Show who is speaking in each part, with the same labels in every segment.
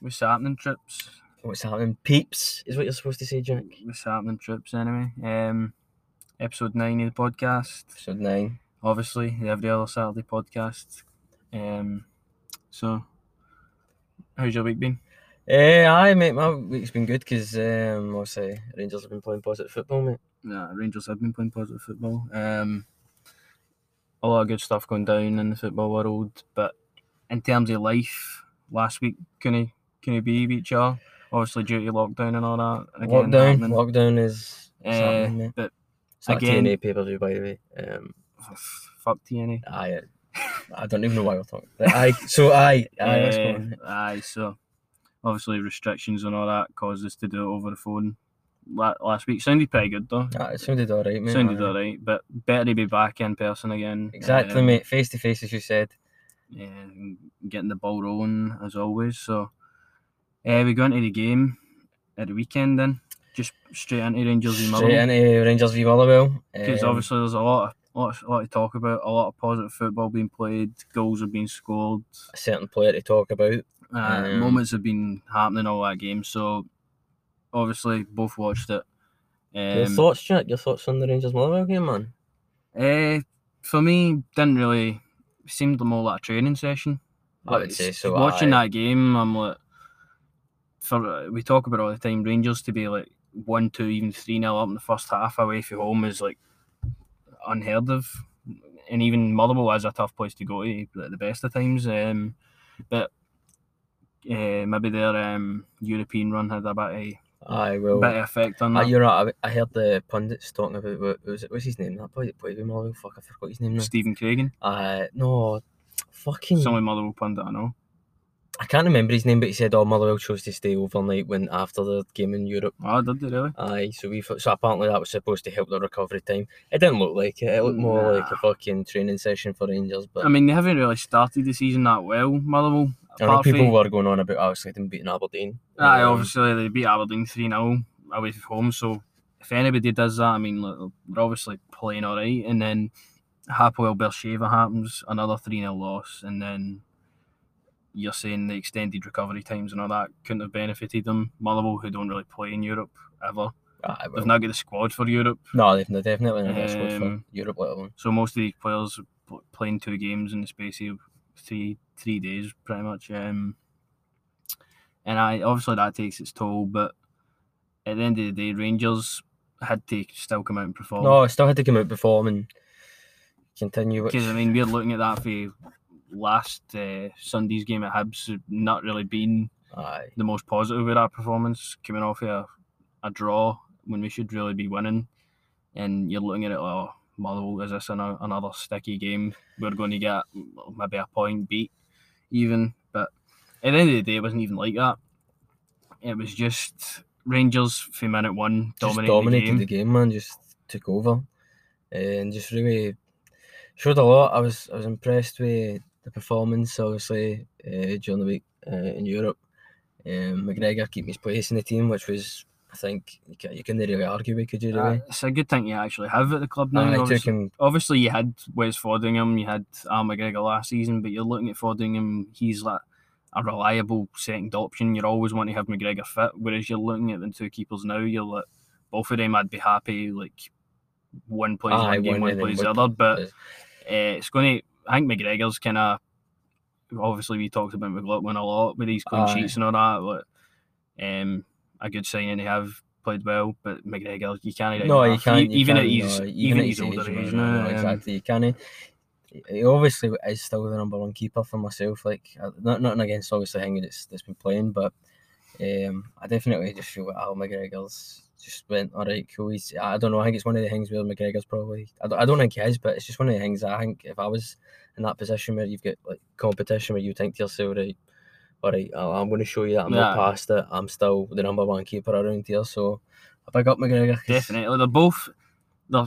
Speaker 1: What's happening, trips?
Speaker 2: What's happening? Peeps is what you're supposed to say, Jack.
Speaker 1: What's happening, trips? Anyway, um, episode nine of the podcast.
Speaker 2: Episode nine.
Speaker 1: Obviously, the every other Saturday podcast. Um, so how's your week been?
Speaker 2: Eh, aye, mate. My week's been good because um, obviously Rangers have been playing positive football, mate.
Speaker 1: Nah, Rangers have been playing positive football. Um, a lot of good stuff going down in the football world, but in terms of life, last week couldn't couldn't be with each other. Obviously, due to lockdown and all that.
Speaker 2: lockdown,
Speaker 1: happening.
Speaker 2: lockdown is
Speaker 1: Eh,
Speaker 2: what's happening, mate.
Speaker 1: but
Speaker 2: It's not
Speaker 1: again-
Speaker 2: TNA pay per view, by the way. Um,
Speaker 1: f- fuck TNA.
Speaker 2: aye, it- I don't even know why we're talking. Aye, so aye, aye, let's go
Speaker 1: Eh,
Speaker 2: on.
Speaker 1: aye, so obviously restrictions and all that caused us to do it over the phone la- last week. Sounded pretty good though.
Speaker 2: Ah, it sounded all right, mate.
Speaker 1: Sounded
Speaker 2: aye.
Speaker 1: alright, but better to be back in person again.
Speaker 2: Exactly,
Speaker 1: um,
Speaker 2: mate. Face to face, as you said.
Speaker 1: and getting the ball rolling as always. So, uh, we go into the game at the weekend then, just straight into Rangers v
Speaker 2: Straight
Speaker 1: Motherwell
Speaker 2: into Rangers v Motherwell.
Speaker 1: because
Speaker 2: Um,
Speaker 1: obviously there's a lot of lot, of- lot to talk about, a lot of positive football being played, goals are being scored,
Speaker 2: a certain player to talk about.
Speaker 1: uh,
Speaker 2: Um,
Speaker 1: moments have been happening all that game. So, obviously both watched it.
Speaker 2: your
Speaker 1: Um,
Speaker 2: thoughts, Jack? Your thoughts on the Rangers Motherwell game, man?
Speaker 1: eh, for me, didn't really seemed more like a training session.
Speaker 2: I would
Speaker 1: It's-
Speaker 2: say so.
Speaker 1: Watching
Speaker 2: aye.
Speaker 1: that game, I'm like, for we talk about all the time, Rangers to be like one, two, even three nil up in the first half away from home is like unheard of, and even Motherwell is a tough place to go to at the best of times. Um, but uh, maybe their um, European run had a bit of,
Speaker 2: Aye, well,
Speaker 1: bit of effect on
Speaker 2: Ah,
Speaker 1: that.
Speaker 2: you're right. I, I heard the pundits talking about what was it? What's his name? That boy that played with Motherwell. Fuck, I forgot his name now.
Speaker 1: Stephen Cragen,
Speaker 2: Uh, no, fucking.
Speaker 1: it's the only Motherwell pundit I know.
Speaker 2: I can't remember his name, but he said, "Oh, Motherwell chose to stay overnight when after the game in Europe."
Speaker 1: Oh, did they really?
Speaker 2: Aye, so we so apparently that was supposed to help the recovery time. It didn't look like it. It looked more like a
Speaker 1: Nah. Um,
Speaker 2: fucking training session for Rangers. But
Speaker 1: I mean, they haven't really started the season that well, Motherwell.
Speaker 2: I know
Speaker 1: apart
Speaker 2: people
Speaker 1: from-
Speaker 2: were going on about obviously them beating Aberdeen.
Speaker 1: Aye,
Speaker 2: Um,
Speaker 1: obviously they beat Aberdeen 3 0 away from home. So if anybody does that, I mean, look, they're obviously playing all right. And then Hapoel Beersheva happens, another 3 0 loss. And then you're saying the extended recovery times and all that couldn't have benefited them. Motherwell, who don't really play in Europe ever,
Speaker 2: aye, well,
Speaker 1: they've not got the squad for Europe.
Speaker 2: no, they've no, definitely not got a squad for
Speaker 1: Um,
Speaker 2: Europe, let alone.
Speaker 1: So most of these players are pl- playing two games in the space of three three days, pretty much. Um, and I obviously that takes its toll, but at the end of the day, Rangers had to still come out and perform.
Speaker 2: No, I still had to come out before and continue. Which,
Speaker 1: because I mean we're looking at that for last uh, Sunday's game at Hibs, not really being
Speaker 2: aye.
Speaker 1: the most positive with that performance, coming off a, a draw when we should really be winning, and you're looking at it like, oh, Motherwell, is this an, another sticky game? We're going to get maybe a point beat, even. But at the end of the day, it wasn't even like that. It was just Rangers for minute one
Speaker 2: just
Speaker 1: dominated,
Speaker 2: dominated
Speaker 1: the game.
Speaker 2: man. Just took over, Eh, and just really showed a lot. I was I was impressed with the performance, obviously uh, during the week uh, in Europe. Um, McGregor keeping his place in the team, which was I think you can you can really argue with. Could you
Speaker 1: Uh,
Speaker 2: really?
Speaker 1: it's a good thing you actually have at the club now.
Speaker 2: And I took
Speaker 1: obviously.
Speaker 2: him.
Speaker 1: obviously you had Wes Fordingham, you had Al McGregor last season, but you're looking at Fordingham, he's like a reliable second option. You're always wanting to have McGregor fit, whereas you're looking at the two keepers now, you're like both of them I'd be happy like one plays
Speaker 2: Aye,
Speaker 1: one game,
Speaker 2: one
Speaker 1: one,
Speaker 2: and then
Speaker 1: plays
Speaker 2: one
Speaker 1: the other. But uh,
Speaker 2: plays-
Speaker 1: it's gonna I think McGregor's kinda obviously we talked about McLaughlin a lot with these clean
Speaker 2: Aye.
Speaker 1: sheets and all that, but um a good signing to have played well, but McGregor you can't
Speaker 2: No, you can't. you
Speaker 1: E- even
Speaker 2: can't,
Speaker 1: at his
Speaker 2: no,
Speaker 1: even at his
Speaker 2: age,
Speaker 1: older
Speaker 2: no,
Speaker 1: age
Speaker 2: no, no,
Speaker 1: now. um,
Speaker 2: exactly. You can't. He- He obviously is still the number one keeper for myself. Like uh, not nothing against obviously Hingy that's that's been playing, but um, I definitely just feel that Al McGregor's just went all right, cool. He's I don't know. I think it's one of the things where McGregor's probably. I don't, I don't think he is, but it's just one of the things that I think if I was in that position where you've got like competition where you think to yourself, right, all right, I'm going to show you that I'm
Speaker 1: Yeah.
Speaker 2: not past it. I'm still the number one keeper around here, so. I big up McGregor. 'cause-
Speaker 1: Definitely, they're both. They're,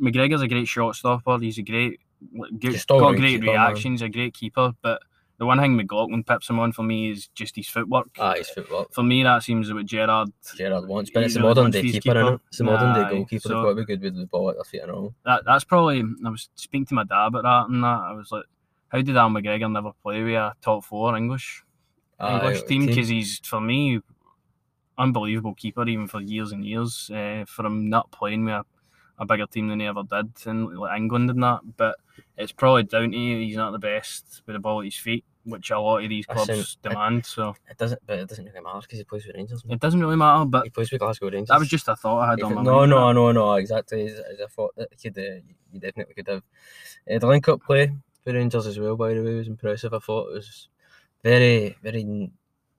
Speaker 1: McGregor's a great shot stopper. He's a great, like, good,
Speaker 2: Just all
Speaker 1: got
Speaker 2: round
Speaker 1: great
Speaker 2: keeper, man.
Speaker 1: reactions, a great keeper. But the one thing McLaughlin pips him on for me is just his footwork.
Speaker 2: Ah, his footwork.
Speaker 1: for me, that seems about Gerard.
Speaker 2: Gerard wants, but it's a
Speaker 1: He really
Speaker 2: modern
Speaker 1: wants
Speaker 2: day
Speaker 1: his
Speaker 2: keeper, innit?
Speaker 1: keeper.
Speaker 2: It's a modern
Speaker 1: Aye,
Speaker 2: day goalkeeper.
Speaker 1: so-
Speaker 2: They've got to be good with the ball at their feet and all.
Speaker 1: That that's probably. I was speaking to my dad about that, and that I was like, "How did Al McGregor never play with a top four English
Speaker 2: Uh, Ah,
Speaker 1: English team because he's for me unbelievable keeper even for years and years. Uh, for him not playing with a, a bigger team than he ever did in like England and that, but it's probably down to he's not the best with the ball at his feet, which a lot of these
Speaker 2: I said-
Speaker 1: clubs demand. so
Speaker 2: It doesn't, but it doesn't really matter because he plays with Rangers. man.
Speaker 1: it doesn't really matter. But
Speaker 2: He plays with Glasgow Rangers.
Speaker 1: that was just a thought I had
Speaker 2: If
Speaker 1: on
Speaker 2: it-
Speaker 1: my
Speaker 2: no,
Speaker 1: mind.
Speaker 2: no, no, no, exactly. As, as I thought that he could, uh, you definitely could have. Uh, the link up play for Rangers as well, by the way, was impressive. I thought it was very, very n-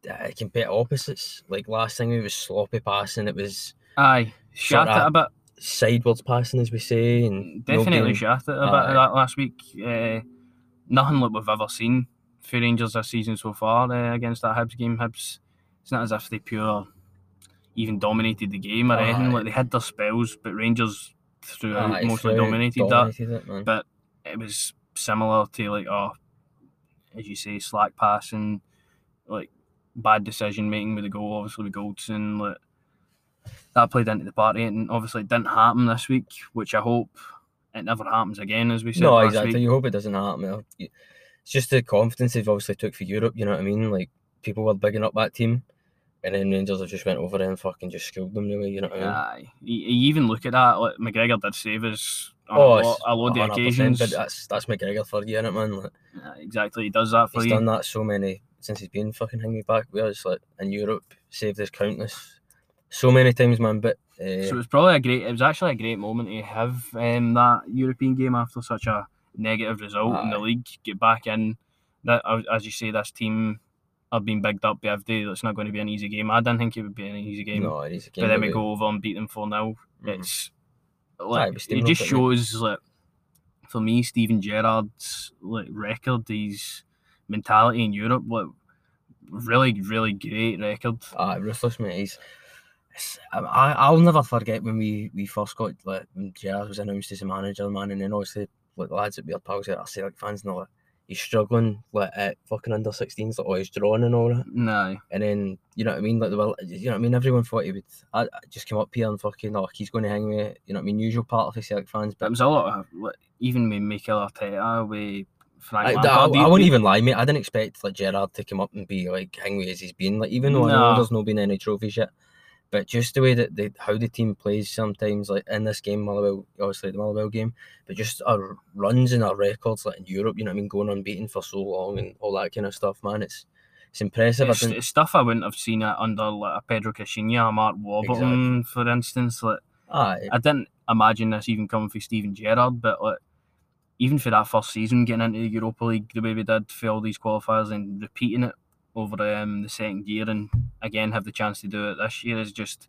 Speaker 2: uh, complete opposites. Like last thing, it was sloppy passing, it was
Speaker 1: Aye, shat
Speaker 2: Sort
Speaker 1: it a
Speaker 2: of-
Speaker 1: bit.
Speaker 2: sideways passing, as we say. and no
Speaker 1: Definitely
Speaker 2: being-
Speaker 1: shat it a bit
Speaker 2: Aye.
Speaker 1: of that last week. Uh, nothing like we've ever seen for Rangers this season so far uh, against that Hibs game. Hibs, it's not as if they pure even dominated the game or anything.
Speaker 2: Aye.
Speaker 1: Like they had their spells, but Rangers throughout
Speaker 2: Aye,
Speaker 1: mostly
Speaker 2: throughout,
Speaker 1: dominated,
Speaker 2: dominated it, man.
Speaker 1: that. It was similar to like oh, as you say, slack passing, like bad decision making with the goal. Obviously with Goldson, like that played into the party, and obviously it didn't happen this week, which I hope. It never happens again, as we said.
Speaker 2: No,
Speaker 1: last
Speaker 2: exactly.
Speaker 1: Week.
Speaker 2: You hope it doesn't happen. Uh, y- It's just the confidence they've obviously took for Europe. You know what I mean? Like people were bigging up that team, and then Rangers have just went over there and fucking just schooled them really. You know what I mean?
Speaker 1: Aye. You, you even look at that, like McGregor did save us on
Speaker 2: Oh,
Speaker 1: a,
Speaker 2: it's
Speaker 1: lot, a load of
Speaker 2: 100%,
Speaker 1: occasions.
Speaker 2: But uh, that's that's McGregor for you, innit, man? Like,
Speaker 1: Aye, exactly, he does that for
Speaker 2: he's
Speaker 1: you.
Speaker 2: done that so many since he's been fucking hanging back with us, like in Europe, saved us countless, so many times, man. But uh,
Speaker 1: So it was probably a great. It was actually a great moment to have um, that European game after such a negative result in the
Speaker 2: Aye.
Speaker 1: league. Get back in. That as- as you say, this team have been bigged up every day. That's not going to be an easy game. I didn't think it would be an easy game.
Speaker 2: no, it is a game.
Speaker 1: but then we
Speaker 2: that
Speaker 1: go over and beat them four 0
Speaker 2: Mhm.
Speaker 1: It's like
Speaker 2: we
Speaker 1: it
Speaker 2: steamrolled
Speaker 1: just
Speaker 2: it, mate.
Speaker 1: shows like for me, Steven Gerrard's like record, his mentality in Europe, like really, really great record.
Speaker 2: Ah, ruthless, mate. He's, it's- I, I- I'll never forget when we, we first got like when Gerrard was announced as a manager, man, and then obviously like the lads that we are pals with, I say like fans know like, he's struggling like at fucking under 16s, like oh he's drawing and all that,
Speaker 1: No,
Speaker 2: and then you know what I mean, like the world, you know what I mean. Everyone thought he would. I, I just came up here and fucking like he's going to hang me, you know what I mean. Usual part of the Celtic fans,
Speaker 1: but it
Speaker 2: but
Speaker 1: was a lot of like, even with Mikel Arteta, with Frank
Speaker 2: I, I,
Speaker 1: Lampard.
Speaker 2: I,
Speaker 1: you-
Speaker 2: wouldn't
Speaker 1: you-
Speaker 2: even lie, mate. I didn't expect like Gerard to come up and be like angry as he's been. Like even though I know
Speaker 1: Nah.
Speaker 2: there's not been any trophies yet, but just the way that they, how the team plays sometimes, like in this game, Motherwell, obviously the Motherwell game, but just our runs and our records, like in Europe, you know what I mean, going unbeaten for so long and all that kind of stuff, man. It's it's impressive.
Speaker 1: It's,
Speaker 2: I think
Speaker 1: it's stuff I wouldn't have seen it under like a Pedro Cashinha, a Mark Warburton, for instance. Like
Speaker 2: ah,
Speaker 1: I didn't imagine this even coming for Steven Gerrard, but like even for that first season, getting into the Europa League the way we did for all these qualifiers and repeating it over um, the second year and again have the chance to do it this year is just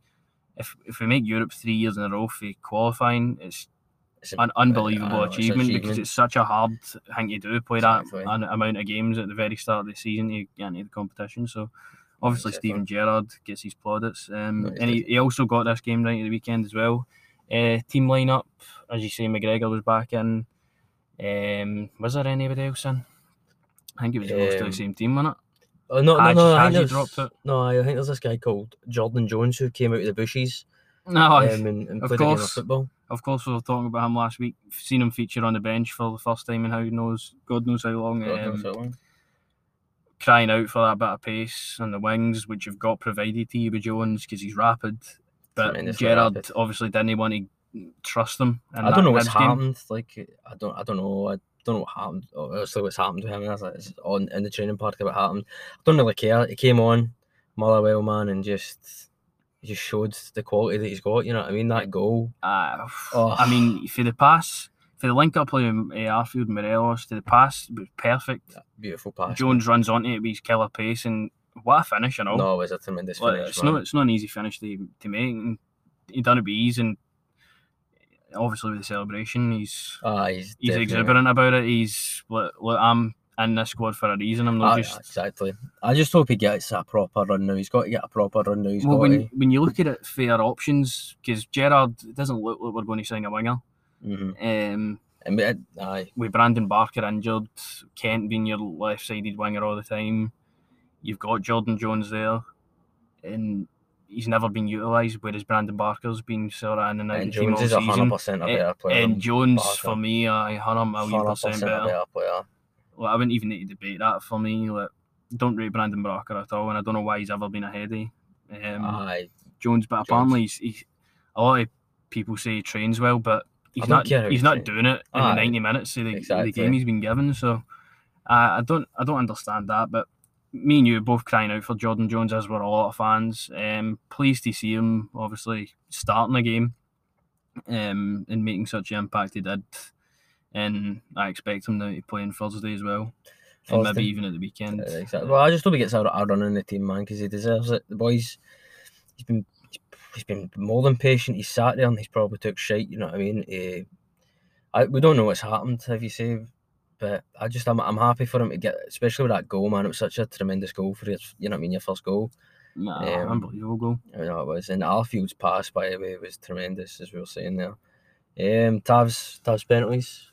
Speaker 1: if if we make Europe three years in a row for qualifying, it's
Speaker 2: it's a-
Speaker 1: an unbelievable
Speaker 2: know, it's an
Speaker 1: achievement, because
Speaker 2: achievement.
Speaker 1: it's such a hard thing to do. Play that
Speaker 2: Exactly.
Speaker 1: an amount of games at the very start of the season to get into the competition. So obviously
Speaker 2: exactly.
Speaker 1: Stephen Gerrard gets his plaudits, um,
Speaker 2: No, he
Speaker 1: and he, he also got this game right at the weekend as well. Uh, team lineup, as you say, McGregor was back in. Um, was there anybody else in? I think it was close to
Speaker 2: Um,
Speaker 1: the same team, wasn't
Speaker 2: Oh, no, no,
Speaker 1: Hadji-
Speaker 2: no, I
Speaker 1: Hadji
Speaker 2: think
Speaker 1: dropped
Speaker 2: there's,
Speaker 1: it.
Speaker 2: no, I think there's this guy called Jordan Jones who came out of the bushes
Speaker 1: it? No,
Speaker 2: um, and, and
Speaker 1: of
Speaker 2: played a game of
Speaker 1: course.
Speaker 2: football.
Speaker 1: of course we were talking about him last week. Seen him feature on the bench for the first time in how knows God knows how long.
Speaker 2: God knows
Speaker 1: um,
Speaker 2: that one.
Speaker 1: crying out for that bit of pace and the wings, which you've got provided to you with Jones because he's rapid. But
Speaker 2: Tremendously
Speaker 1: Gerard
Speaker 2: rapid.
Speaker 1: obviously didn't want to trust him. in
Speaker 2: I
Speaker 1: that
Speaker 2: don't know what's
Speaker 1: Hibs game.
Speaker 2: happened. Like I don't, I don't know. I don't know what happened. Obviously, what's happened to him? That's like, it's on in the training park. What happened? I don't really care. He came on, Motherwell man, and just he just showed the quality that he's got. You know what I mean? That goal.
Speaker 1: Uh,
Speaker 2: Oh.
Speaker 1: I mean, for the pass, for the link up play with uh, Arfield Morelos to the pass, it was perfect.
Speaker 2: Beautiful pass.
Speaker 1: Jones runs onto it with his killer pace, and what a finish, you know.
Speaker 2: No, it was a tremendous
Speaker 1: Like,
Speaker 2: finish.
Speaker 1: it's
Speaker 2: man.
Speaker 1: not it's not an easy finish to, to make. And he done it with ease, and obviously with the celebration, he's
Speaker 2: Ah, he's,
Speaker 1: he's
Speaker 2: definitely-
Speaker 1: exuberant about it. He's look, look, I'm in this squad for a reason. I'm not
Speaker 2: Ah,
Speaker 1: just
Speaker 2: exactly. I just hope he gets a proper run now. He's got to get a proper run now. He's
Speaker 1: well
Speaker 2: got
Speaker 1: when when you look at it fair options because Gerard it doesn't look like we're going to sign a winger.
Speaker 2: to. hmm
Speaker 1: Um,
Speaker 2: And we, had- aye,
Speaker 1: with Brandon Barker injured, Kent being your left sided winger all the time, you've got Jordan Jones there, and he's never been utilised. Whereas Brandon Barker's been sort of in and out of
Speaker 2: and
Speaker 1: the team
Speaker 2: Jones
Speaker 1: all
Speaker 2: is hundred
Speaker 1: season.
Speaker 2: percent a
Speaker 1: Eh,
Speaker 2: better player.
Speaker 1: And
Speaker 2: than
Speaker 1: Jones for
Speaker 2: Barker.
Speaker 1: me, I had him a million
Speaker 2: 100%
Speaker 1: percent
Speaker 2: a
Speaker 1: better.
Speaker 2: better player.
Speaker 1: Like, I wouldn't even need to debate that for me. Like don't rate Brandon Barker at all, and I don't know why he's ever been a heady. Um,
Speaker 2: Aye,
Speaker 1: Jones, but apparently he's, he's a lot of people say he trains well, but he's
Speaker 2: don't
Speaker 1: not
Speaker 2: care how
Speaker 1: he's
Speaker 2: he
Speaker 1: not
Speaker 2: trains.
Speaker 1: doing it in
Speaker 2: Aye,
Speaker 1: the ninety minutes of the, the
Speaker 2: exactly.
Speaker 1: game he's been given. So I I don't I don't understand that, but me and you are both crying out for Jordan Jones as were a lot of fans. Um, pleased to see him obviously starting a game, um, and making such an impact he did. And I expect him now to play on Thursday as well, and
Speaker 2: Thursday.
Speaker 1: maybe even at the weekend.
Speaker 2: Uh, Exactly. Well, I just hope he gets out a run in the team, man, because he deserves it. The boys, he's been he's been more than patient. He's sat there and he's probably took shite. You know what I mean? Eh, I we don't know what's happened, have you seen? But I just I'm, I'm happy for him to get, especially with that goal, man. It was such a tremendous goal for you. You know what I mean? Your first goal.
Speaker 1: Nah,
Speaker 2: Um,
Speaker 1: unbelievable goal.
Speaker 2: I know it was. And Alfield's pass, by the way, was tremendous, as we were saying there. Um, Tav's Tav's penalties.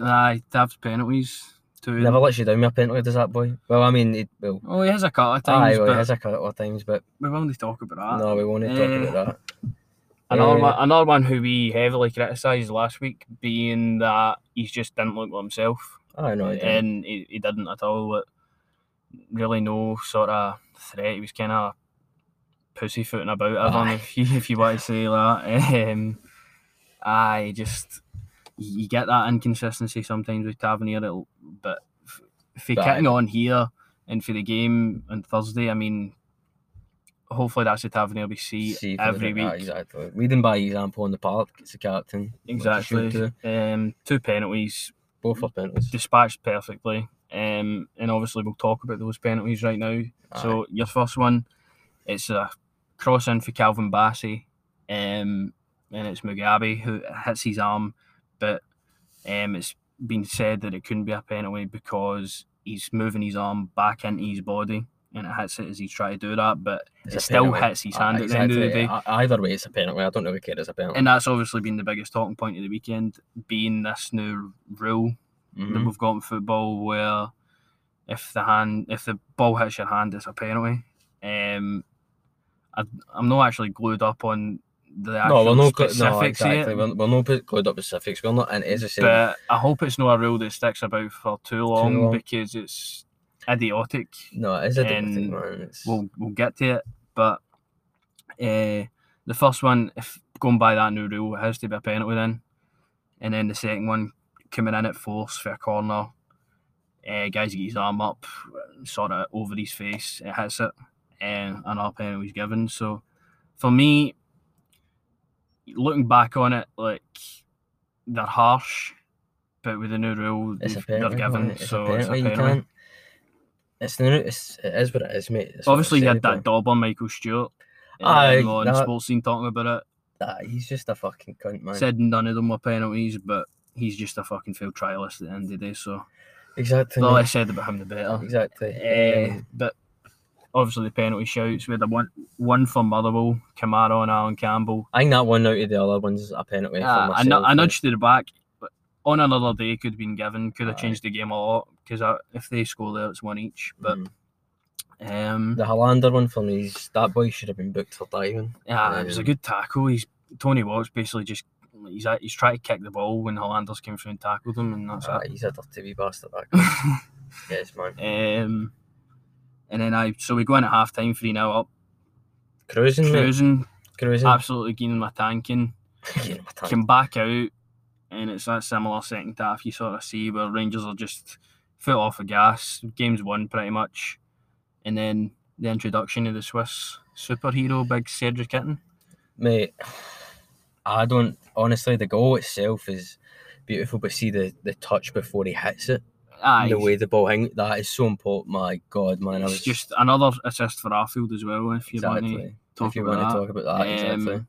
Speaker 1: Aye, Tab's penalties. Two of them.
Speaker 2: Never lets you down with a penalty, does that boy? Well, I mean, he, well,
Speaker 1: Oh, he has a couple of
Speaker 2: aye,
Speaker 1: times,
Speaker 2: well,
Speaker 1: but
Speaker 2: he has a couple of times, but
Speaker 1: we will only talk about that.
Speaker 2: no, we won't talk
Speaker 1: eh,
Speaker 2: about that.
Speaker 1: Another,
Speaker 2: Eh.
Speaker 1: one, another one who we heavily criticised last week, being that he's just didn't look like himself,
Speaker 2: I know. I didn't.
Speaker 1: and he, he didn't at all. But really, no sort of threat. He was kind of pussyfooting about. I don't know
Speaker 2: Aye.
Speaker 1: if you, if you want to say that. Um, I just you you get that inconsistency sometimes with Tavernier, it'll- but f- if he's
Speaker 2: Aye.
Speaker 1: kicking on here and for the game on Thursday, I mean, hopefully that's the Tavernier we see,
Speaker 2: See if we
Speaker 1: every
Speaker 2: did that,
Speaker 1: week.
Speaker 2: ah, exactly. Leading by example in the park, it's the captain. which he should
Speaker 1: Exactly.
Speaker 2: do.
Speaker 1: Um, two penalties
Speaker 2: Both are penalties.
Speaker 1: dispatched perfectly. Um, and obviously we'll talk about those penalties right now.
Speaker 2: Ah,
Speaker 1: So your first one, it's a cross in for Calvin Bassey, um, and it's Mugabe who hits his arm, but um, it's been said that it couldn't be a penalty because he's moving his arm back into his body and it hits it as he's trying to do that, but it
Speaker 2: a
Speaker 1: still
Speaker 2: penalty.
Speaker 1: hits his
Speaker 2: Ah,
Speaker 1: hand at the end of the
Speaker 2: exactly.
Speaker 1: day.
Speaker 2: E- Either way, it's a penalty. I don't know if it it's a penalty.
Speaker 1: And that's obviously been the biggest talking point of the weekend, being this new rule that
Speaker 2: Mhm.
Speaker 1: we've got in football where if the hand if the ball hits your hand it's a penalty. Um I, I'm not actually glued up on the
Speaker 2: No,
Speaker 1: actual
Speaker 2: we're not good.
Speaker 1: specifics
Speaker 2: No,
Speaker 1: of it,
Speaker 2: exactly. We're, we're not put- good up specifics. We're not, and as I said,
Speaker 1: but I hope it's not a rule that sticks about for too long,
Speaker 2: long.
Speaker 1: because it's idiotic.
Speaker 2: no, it is a different
Speaker 1: and
Speaker 2: thing, man. It's,
Speaker 1: We'll we'll get to it, but uh, the first one, if going by that new rule, it has to be a penalty then, and then the second one coming in at force for a corner. Uh, guys get his arm up, sort of over his face, it hits it, eh, and another penalty was given. So for me, looking back on it, like they're harsh, but with the new rule,
Speaker 2: it's a
Speaker 1: they've- they're
Speaker 2: penalty. man.
Speaker 1: given,
Speaker 2: It's
Speaker 1: so
Speaker 2: a
Speaker 1: it's a
Speaker 2: penalty. You
Speaker 1: penalty.
Speaker 2: can't. It's, the- it's, it is what it is, mate. It's what I
Speaker 1: Obviously, you
Speaker 2: said,
Speaker 1: had that
Speaker 2: but-
Speaker 1: dob on Michael Stewart. um,
Speaker 2: Aye,
Speaker 1: on
Speaker 2: that-
Speaker 1: sports scene talking about it.
Speaker 2: Ah, he's just a fucking cunt, man.
Speaker 1: Said none of them were penalties, but he's just a fucking failed trialist at the end of the day. So
Speaker 2: exactly.
Speaker 1: the less
Speaker 2: mate.
Speaker 1: said about him, the better.
Speaker 2: Exactly.
Speaker 1: Eh,
Speaker 2: Um,
Speaker 1: but obviously the penalty shouts. We had the one one for Motherwell, Kamara and Alan Campbell.
Speaker 2: I think that one out of the other ones is a penalty
Speaker 1: Uh,
Speaker 2: for
Speaker 1: I, nu-
Speaker 2: myself.
Speaker 1: I
Speaker 2: mate.
Speaker 1: nudged to the back. but On another day, could have been given. Could have
Speaker 2: Aye.
Speaker 1: changed the game a lot because if they score there, it's one each. But
Speaker 2: Mm.
Speaker 1: um,
Speaker 2: the Hollander one for me, is- that boy should have been booked for diving.
Speaker 1: Yeah, it was a
Speaker 2: Um,
Speaker 1: good tackle. He's Tony Watts basically just he's at, he's trying to kick the ball when Hollanders came through and tackled him, and that's
Speaker 2: Ah,
Speaker 1: it.
Speaker 2: he's a dirty wee bastard.
Speaker 1: um,
Speaker 2: That guy. yes, man.
Speaker 1: and Um, then I so we go in at half time three now up
Speaker 2: Cruising, mate.
Speaker 1: cruising,
Speaker 2: Cruising.
Speaker 1: absolutely gaining my tanking.
Speaker 2: Yeah, my time.
Speaker 1: Come back out, and it's that similar second half you sort of see where Rangers are just foot off the gas. Game's won pretty much, and then the introduction of the Swiss superhero, big Cedric Kitten.
Speaker 2: Mate, I don't. Honestly, the goal itself is beautiful, but see the, the touch before he hits it,
Speaker 1: Aye,
Speaker 2: the way the ball hangs, that is so important. My God, man. I
Speaker 1: It's
Speaker 2: was
Speaker 1: just another assist for Arfield as well, if you want to
Speaker 2: exactly.
Speaker 1: talk
Speaker 2: if you
Speaker 1: about
Speaker 2: want to
Speaker 1: that.
Speaker 2: talk about that, exactly.
Speaker 1: Um,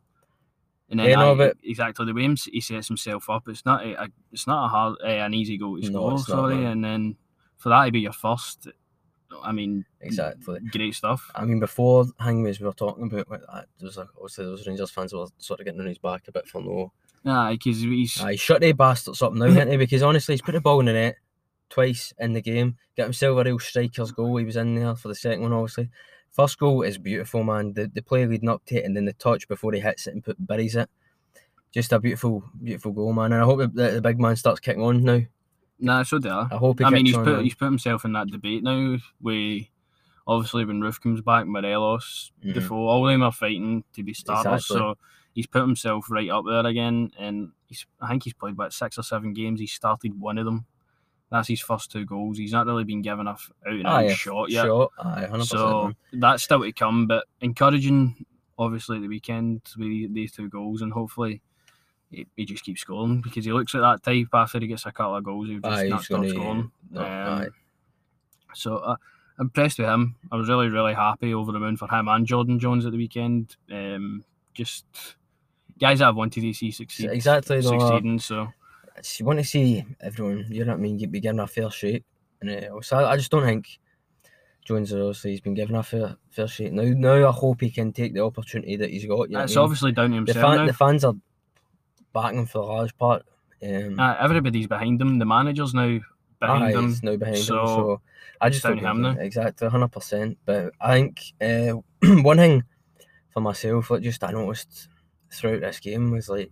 Speaker 1: and then
Speaker 2: Yeah, no,
Speaker 1: I-
Speaker 2: but-
Speaker 1: exactly the way him- he sets himself up, it's not a, a- it's not a hard eh, an easy goal to
Speaker 2: No,
Speaker 1: score.
Speaker 2: it's not,
Speaker 1: sorry,
Speaker 2: man.
Speaker 1: and then for that to be your first, I mean,
Speaker 2: Exactly.
Speaker 1: great stuff.
Speaker 2: I mean, before Hangways, we were talking about like that. There was like, obviously those Rangers fans were sort of getting on his back a bit for no.
Speaker 1: Yeah, because he's
Speaker 2: Aye, shut the bastards up now, didn't he? Because honestly, he's put the ball in the net twice in the game. Got himself a real striker's goal. He was in there for the second one, obviously. First goal is beautiful, man. The, the play leading up to it, and then the touch before he hits it and put, buries it. Just a beautiful, beautiful goal, man. And I hope that the big man starts kicking on now.
Speaker 1: nah, so there.
Speaker 2: I hope he
Speaker 1: I mean,
Speaker 2: kicks
Speaker 1: he's
Speaker 2: on.
Speaker 1: put
Speaker 2: man.
Speaker 1: he's put himself in that debate now with Obviously, when Roof comes back, Morelos,
Speaker 2: Mhm.
Speaker 1: Defoe, all of them are fighting to be starters.
Speaker 2: Exactly.
Speaker 1: So he's put himself right up there again, and he's I think he's played about six or seven games. He started one of them. That's his first two goals. He's not really been given a f- out and out
Speaker 2: Aye,
Speaker 1: shot yet.
Speaker 2: Shot, aye, 100%.
Speaker 1: So
Speaker 2: man.
Speaker 1: that's still to come, but encouraging, obviously, at the weekend with the- these two goals, and hopefully he, he just keeps scoring because he looks like that type after he gets a couple of goals, he'll just
Speaker 2: Aye,
Speaker 1: not
Speaker 2: Ah, he's
Speaker 1: stop
Speaker 2: gonna-
Speaker 1: scoring.
Speaker 2: no,
Speaker 1: Um,
Speaker 2: aye.
Speaker 1: so uh, impressed with him. I was really, really happy over the moon for him and Jordan Jones at the weekend. Um, just guys I've wanted to see succeed,
Speaker 2: Exactly, no, uh,
Speaker 1: succeeding. So
Speaker 2: It's- you want to see everyone, you know what I mean, get- be given a fair shake. And uh, so I, I just don't think Jones has obviously he's been given a fair, fair shake. Now, now I hope he can take the opportunity that he's got. You know
Speaker 1: it's
Speaker 2: what I mean?
Speaker 1: obviously down to
Speaker 2: the,
Speaker 1: himself
Speaker 2: fan,
Speaker 1: now.
Speaker 2: the fans are backing him for the large part. Um,
Speaker 1: Uh, everybody's behind him. The manager's now behind
Speaker 2: aye,
Speaker 1: him.
Speaker 2: it's now behind
Speaker 1: so
Speaker 2: him. So I
Speaker 1: it's
Speaker 2: just
Speaker 1: down
Speaker 2: don't
Speaker 1: to him
Speaker 2: think-
Speaker 1: now.
Speaker 2: Exactly, hundred percent. But I think uh, one thing for myself, like just I noticed throughout this game was like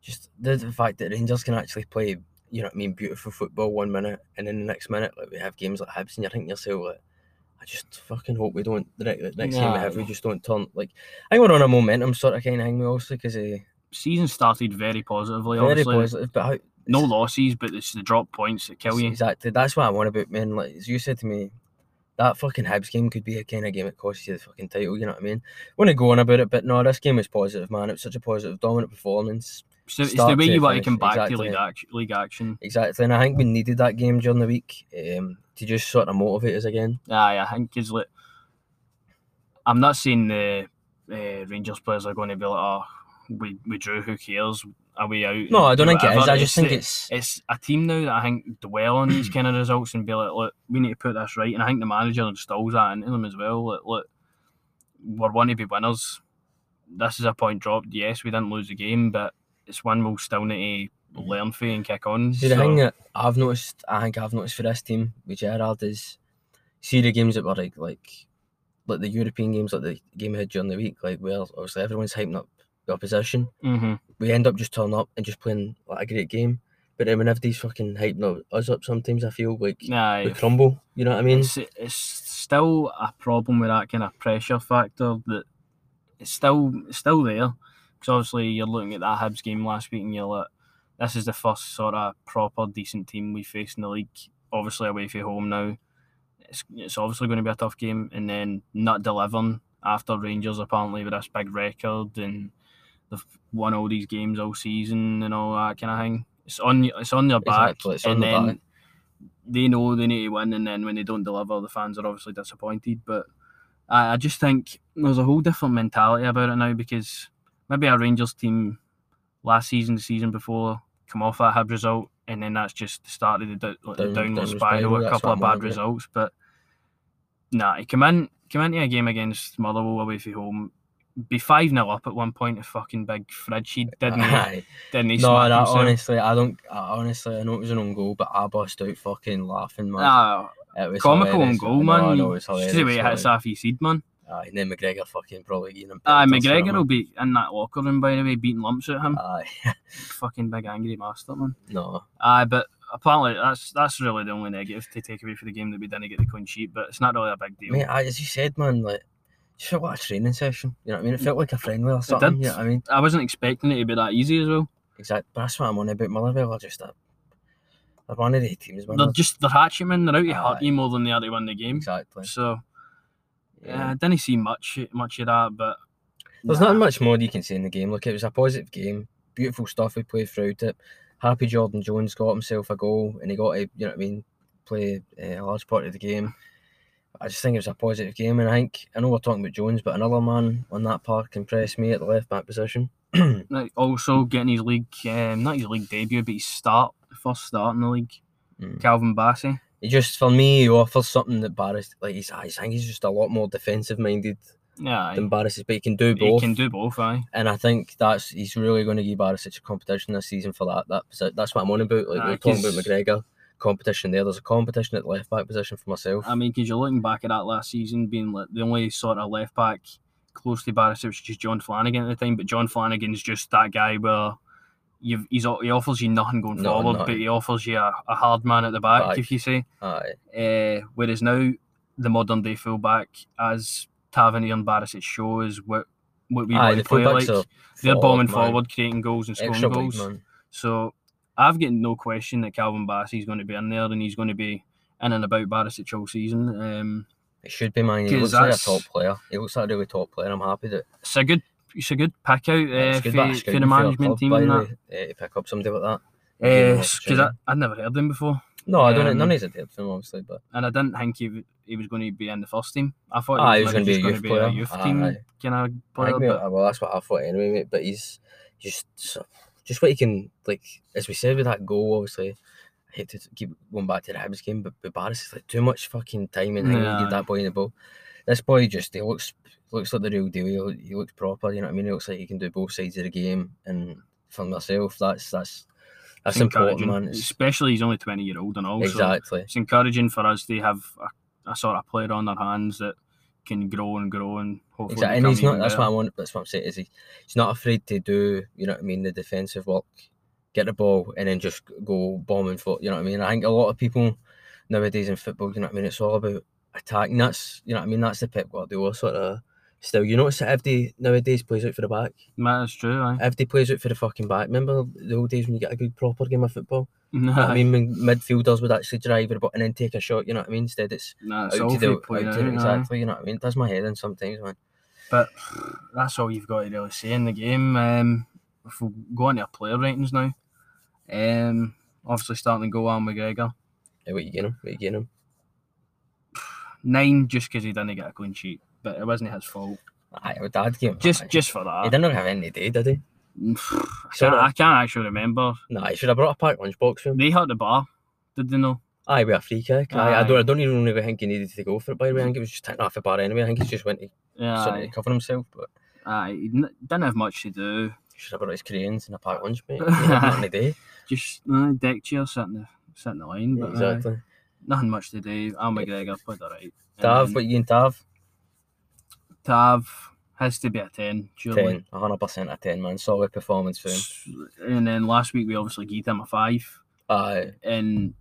Speaker 2: just the, the fact that Rangers can actually play, you know what I mean, beautiful football one minute, and then the next minute like we have games like Hibs, and you think to yourself like. I just fucking hope we don't. The next, the next game we
Speaker 1: Nah.
Speaker 2: have, we just don't turn. Like, I think we're on a momentum sort of kind of thing, also, because uh,
Speaker 1: season started very positively.
Speaker 2: very
Speaker 1: obviously,
Speaker 2: positive. But how,
Speaker 1: no losses, but it's the drop points that kill
Speaker 2: Yes,
Speaker 1: you.
Speaker 2: Exactly. That's what I want about man. Like as you said to me, that fucking Hibs game could be a kind of game that costs you the fucking title. You know what I mean? Want to go on about it, but no, this game was positive, man. It was such a positive, dominant performance.
Speaker 1: So it's the
Speaker 2: Start
Speaker 1: way
Speaker 2: to
Speaker 1: you want to
Speaker 2: finish,
Speaker 1: come back to
Speaker 2: exactly.
Speaker 1: league, act- league action.
Speaker 2: Exactly, and I think we needed that game during the week um, to just sort of motivate us again.
Speaker 1: Aye, Ah, I think is like I'm not saying the uh, Rangers players are going to be like, oh, we, we drew, who cares? Are we out? and
Speaker 2: No, I don't
Speaker 1: do
Speaker 2: think it is.
Speaker 1: whatever."
Speaker 2: I just think
Speaker 1: the-
Speaker 2: it's
Speaker 1: it's a team now that I think dwell on these kind of results and be like, look, we need to put this right. And I think the manager installs that into them as well. Like, look, we're one to be winners. This is a point dropped. Yes, we didn't lose the game, but it's one we'll still need to learn from and kick on.
Speaker 2: see the
Speaker 1: So,
Speaker 2: thing that I've noticed. I think I've noticed for this team with Gerard is see the games that were like like like the European games, like the game ahead during the week, like where obviously everyone's hyping up the opposition.
Speaker 1: mhm.
Speaker 2: we end up just turning up and just playing like a great game. But then whenever these fucking hyping up us up, sometimes I feel like
Speaker 1: Aye.
Speaker 2: we crumble. You know what I mean?
Speaker 1: it's, it's still a problem with that kind of pressure factor that it's still it's still there because obviously you're looking at that Hibs game last week and you're like, this is the first sort of proper decent team we face in the league. Obviously away from home now, it's, it's obviously going to be a tough game, and then not delivering after Rangers apparently with this big record and they've won all these games all season and all that kind of thing. It's on it's on their back,
Speaker 2: Exactly, it's on
Speaker 1: and
Speaker 2: their
Speaker 1: then
Speaker 2: back.
Speaker 1: they know they need to win, and then when they don't deliver, the fans are obviously disappointed. But I, I just think there's a whole different mentality about it now because maybe our Rangers team last season, the season before, come off that Hib result, and then that's just the start of the, do- like the
Speaker 2: Down-
Speaker 1: downward,
Speaker 2: downward
Speaker 1: spiral,
Speaker 2: spiral,
Speaker 1: a
Speaker 2: that's
Speaker 1: couple
Speaker 2: what
Speaker 1: of
Speaker 2: I'm
Speaker 1: bad
Speaker 2: on about.
Speaker 1: results. But nah, he come in, come into a game against Motherwell away from home, be five 0 up at one point. A fucking big fridge. He didn't, he?
Speaker 2: Aye.
Speaker 1: didn't he?
Speaker 2: No,
Speaker 1: smack
Speaker 2: and I,
Speaker 1: himself?
Speaker 2: honestly, I don't. I, honestly, I know it was an own goal, but I bust out fucking laughing, man.
Speaker 1: Nah,
Speaker 2: it was
Speaker 1: Ah, comical on
Speaker 2: hilarious.
Speaker 1: goal,
Speaker 2: I know, I
Speaker 1: man.
Speaker 2: know, it's
Speaker 1: Just
Speaker 2: hilarious.
Speaker 1: the way it
Speaker 2: like-
Speaker 1: hits half your seed, man.
Speaker 2: Aye, and then McGregor fucking probably getting him.
Speaker 1: Aye,
Speaker 2: penalties for it, Ah.
Speaker 1: McGregor will be in that locker room, by the way, beating lumps at
Speaker 2: man.
Speaker 1: him.
Speaker 2: Aye,
Speaker 1: Fucking big angry master, man.
Speaker 2: no,
Speaker 1: Aye, but apparently that's that's really the only negative to take away for the game that we didn't get the clean sheet, but it's not really a big deal.
Speaker 2: mate. I, as you said, man, like just felt like a training session. You know what I mean? It felt like a friendly or something.
Speaker 1: did.
Speaker 2: You know what I mean?
Speaker 1: I wasn't expecting it to be that easy as well.
Speaker 2: Exactly. But that's what I'm on about. Motherwell are just a, they're one of the teams. Man.
Speaker 1: They're just they're hatchet men, they're out to hurt
Speaker 2: Aye.
Speaker 1: you more than they are to win the game.
Speaker 2: exactly.
Speaker 1: So yeah,
Speaker 2: Yeah.
Speaker 1: Uh, I didn't see much much of that, but
Speaker 2: There's
Speaker 1: nah.
Speaker 2: not much more you can say in the game. Look, it was a positive game. Beautiful stuff we played throughout it. Happy Jordan Jones got himself a goal, and he got to you know what I mean play uh, a large part of the game. I just think it was a positive game, and I think I know we're talking about Jones, but another man on that park impressed me at the left back position.
Speaker 1: Like, also getting his league um, not his league debut, but his start first start in the league.
Speaker 2: Mm.
Speaker 1: Calvin Bassey.
Speaker 2: He just for me he offers something that Barris like he's I think he's just a lot more defensive minded
Speaker 1: Yeah,
Speaker 2: than
Speaker 1: he,
Speaker 2: Barris is, but he can do
Speaker 1: he
Speaker 2: both.
Speaker 1: can do both, aye.
Speaker 2: and I think that's he's really going to give Barisic a competition this season for that. That posi- that's what I'm on about. Like
Speaker 1: Aye,
Speaker 2: we're talking about
Speaker 1: 'cause-
Speaker 2: McGregor competition there. There's a competition at the left back position for myself.
Speaker 1: I mean, because you're looking back at that last season being like the only sort of left back close to Barisic was just John Flanagan at the time. But John Flanagan's just that guy where you've, he's o- he offers you nothing going
Speaker 2: No,
Speaker 1: forward, but
Speaker 2: nothing.
Speaker 1: he offers you a, a hard man at the back,
Speaker 2: Back.
Speaker 1: if you say.
Speaker 2: Aye,
Speaker 1: Uh, Eh, whereas now the modern day fullback as Tavernier and Barisic show is what what we
Speaker 2: Aye,
Speaker 1: want
Speaker 2: the
Speaker 1: to play like.
Speaker 2: fullbacks are Oh,
Speaker 1: They're bombing
Speaker 2: man.
Speaker 1: forward, creating goals and scoring
Speaker 2: Extra big,
Speaker 1: goals.
Speaker 2: man.
Speaker 1: So I've got no question that Calvin Bassey's going to be in there and he's going to be in and about Barisic all season. Um,
Speaker 2: It should be, man. He
Speaker 1: 'Cause
Speaker 2: looks like a
Speaker 1: that's-
Speaker 2: top player. He looks like a really top player. I'm happy that
Speaker 1: it's a good it's a good pick out uh,
Speaker 2: it's
Speaker 1: for,
Speaker 2: good that
Speaker 1: for the management team.
Speaker 2: by
Speaker 1: and
Speaker 2: the
Speaker 1: that.
Speaker 2: way, eh, to pick up somebody like that. Give him an
Speaker 1: because I,
Speaker 2: opportunity.
Speaker 1: I'd never heard him before,
Speaker 2: No, I don't. know.
Speaker 1: Um,
Speaker 2: none of these depth him, obviously, but
Speaker 1: and I didn't think he, w- he was going to be in the first team. I thought
Speaker 2: Aye,
Speaker 1: he
Speaker 2: he
Speaker 1: was,
Speaker 2: was gonna be a
Speaker 1: going to
Speaker 2: youth
Speaker 1: be
Speaker 2: player.
Speaker 1: a youth team
Speaker 2: Aye.
Speaker 1: kind of
Speaker 2: I
Speaker 1: player.
Speaker 2: think we-
Speaker 1: But
Speaker 2: well, that's what I thought anyway, mate. But he's just so- just what he can like. As we said with that goal, obviously, I hate to keep going back to the Hibs game, but, but Barris is like too much fucking time and hanging
Speaker 1: Yeah.
Speaker 2: yeah. that boy in the ball. This boy just he looks looks like the real deal. He, loo- he looks proper. You know what I mean? He looks like he can do both sides of the game. And for myself, that's that's that's
Speaker 1: it's
Speaker 2: important,
Speaker 1: encouraging,
Speaker 2: man. It's,
Speaker 1: especially he's only twenty year old and all. so
Speaker 2: exactly.
Speaker 1: it's encouraging for us to have a, a sort of player on their hands that can grow and grow and hopefully
Speaker 2: Exactly, and he's
Speaker 1: become
Speaker 2: not.
Speaker 1: even
Speaker 2: That's what I
Speaker 1: better.
Speaker 2: want. That's what I'm saying. Is he, he's not afraid to do. You know what I mean? The defensive work, get the ball, and then just go bombing for. You know what I mean? I think a lot of people nowadays in football, you know what I mean? It's all about attacking. That's you know what I mean. That's the Pep Guardiola sort of. Still, you notice that Evdy nowadays plays out for the back.
Speaker 1: Matt, That's true. Aye.
Speaker 2: Evdy plays out for the fucking back. Remember the old days when you get a good proper game of football? I
Speaker 1: Nah,
Speaker 2: mean, when midfielders would actually drive it, but and then take a shot. You know what I mean? Instead, it's
Speaker 1: nah,
Speaker 2: out
Speaker 1: it's
Speaker 2: to
Speaker 1: all
Speaker 2: the
Speaker 1: fair play
Speaker 2: out
Speaker 1: now,
Speaker 2: to the-
Speaker 1: aye.
Speaker 2: exactly. You know what I mean? That's my head in sometimes, man.
Speaker 1: But that's all you've got to really say in the game. Um, if we go on to our player ratings now, um, obviously starting to go on McGregor.
Speaker 2: Yeah, what you get him? What you get him?
Speaker 1: Nine just because he didn't get a clean sheet, but it wasn't his fault.
Speaker 2: Aye, well, dad gave him
Speaker 1: Just
Speaker 2: aye.
Speaker 1: just for
Speaker 2: he
Speaker 1: that.
Speaker 2: didn't have any day, did he?
Speaker 1: I can't,
Speaker 2: Sorta.
Speaker 1: I can't actually remember.
Speaker 2: Nah, he should have brought a packed lunchbox for him.
Speaker 1: They hurt the bar, did they know?
Speaker 2: Aye, with a free kick. Aye, I
Speaker 1: Aye.
Speaker 2: don't, I don't even really think he needed to go for it. By the way, I think it was just taken off the bar anyway. I think he just went to
Speaker 1: Yeah,
Speaker 2: sort of
Speaker 1: aye.
Speaker 2: recover himself, but
Speaker 1: aye. He didn't didn't have much to do.
Speaker 2: he should have brought his cranes and a packed lunch, mate. He had Not any day.
Speaker 1: Just uh, deck chair sitting the sitting the line, but aye,
Speaker 2: exactly.
Speaker 1: nothing much to do. Al McGregor played alright.
Speaker 2: Dav,
Speaker 1: Um,
Speaker 2: what you and Dav?
Speaker 1: Tav has to be a ten, surely.
Speaker 2: Ten, a hundred percent a ten, man. Solid performance for him.
Speaker 1: And then last week we obviously gave him a five
Speaker 2: Aye,
Speaker 1: and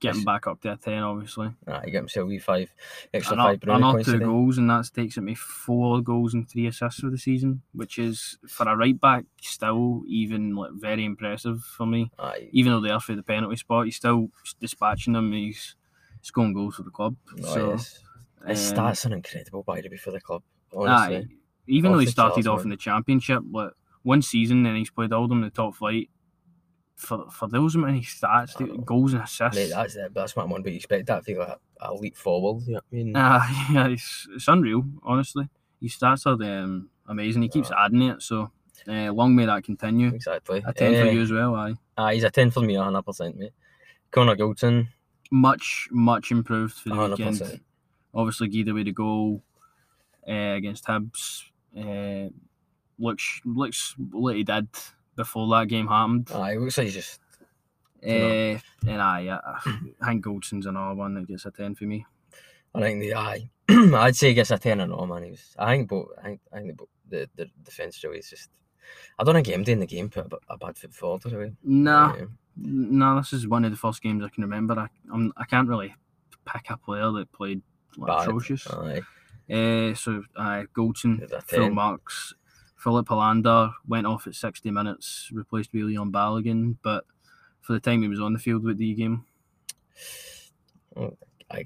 Speaker 1: getting
Speaker 2: Yes.
Speaker 1: back up to a ten, obviously.
Speaker 2: aye, he got himself a wee five, extra
Speaker 1: Another,
Speaker 2: five brownie
Speaker 1: another
Speaker 2: points
Speaker 1: two
Speaker 2: today.
Speaker 1: goals, and that takes it me four goals and three assists for the season, which is for a right back still even like very impressive for me.
Speaker 2: Aye,
Speaker 1: Even though they are for the penalty spot, he's still s- dispatching them. He's scoring goals for the club.
Speaker 2: no,
Speaker 1: so
Speaker 2: yes. His
Speaker 1: um,
Speaker 2: stats are incredible, by the way, for the club. Honestly.
Speaker 1: Aye. Even though he
Speaker 2: Obviously,
Speaker 1: started
Speaker 2: Charles
Speaker 1: off in the championship, like one season, and he's played all of them in the top flight. For for those many stats,
Speaker 2: I
Speaker 1: the
Speaker 2: know.
Speaker 1: goals and assists.
Speaker 2: Mate, that's it. That's what I'm on. But you expect that to be like a leap forward. You know what I mean?
Speaker 1: Ah, yeah, it's, it's unreal. Honestly, his stats are um, amazing. He keeps
Speaker 2: Aye.
Speaker 1: adding it, so uh, long may that continue.
Speaker 2: Exactly.
Speaker 1: A ten
Speaker 2: Eh,
Speaker 1: for you as well. Aye,
Speaker 2: aye, he's a ten for me, hundred percent, mate. Connor Goldson,
Speaker 1: much much improved for the
Speaker 2: hundred
Speaker 1: weekend.
Speaker 2: percent.
Speaker 1: Obviously, gave away the goal uh, against Hibs. Uh, looks looks what he did before that game happened.
Speaker 2: Aye, looks like he's just
Speaker 1: Uh,
Speaker 2: dunno.
Speaker 1: and aye, I, I think Goldson's another one that gets a 10 for me.
Speaker 2: I think the aye. I'd say he gets a ten and all, man. He was, I think, both. I think, I think the, bo- the the defense really is just. I don't think him doing the game put a, b- a bad foot forward. Really.
Speaker 1: Nah,
Speaker 2: Um,
Speaker 1: nah, this is one of the first games I can remember. I I'm, I can't really pick a player that played like,
Speaker 2: bad. Ah.
Speaker 1: atrocious.
Speaker 2: Aye.
Speaker 1: Uh, so, aye, Goldson,
Speaker 2: It's a
Speaker 1: full
Speaker 2: 10.
Speaker 1: marks. Philip Hollander went off at 60 minutes, replaced by Leon Balogun, but for the time he was on the field with the game,
Speaker 2: I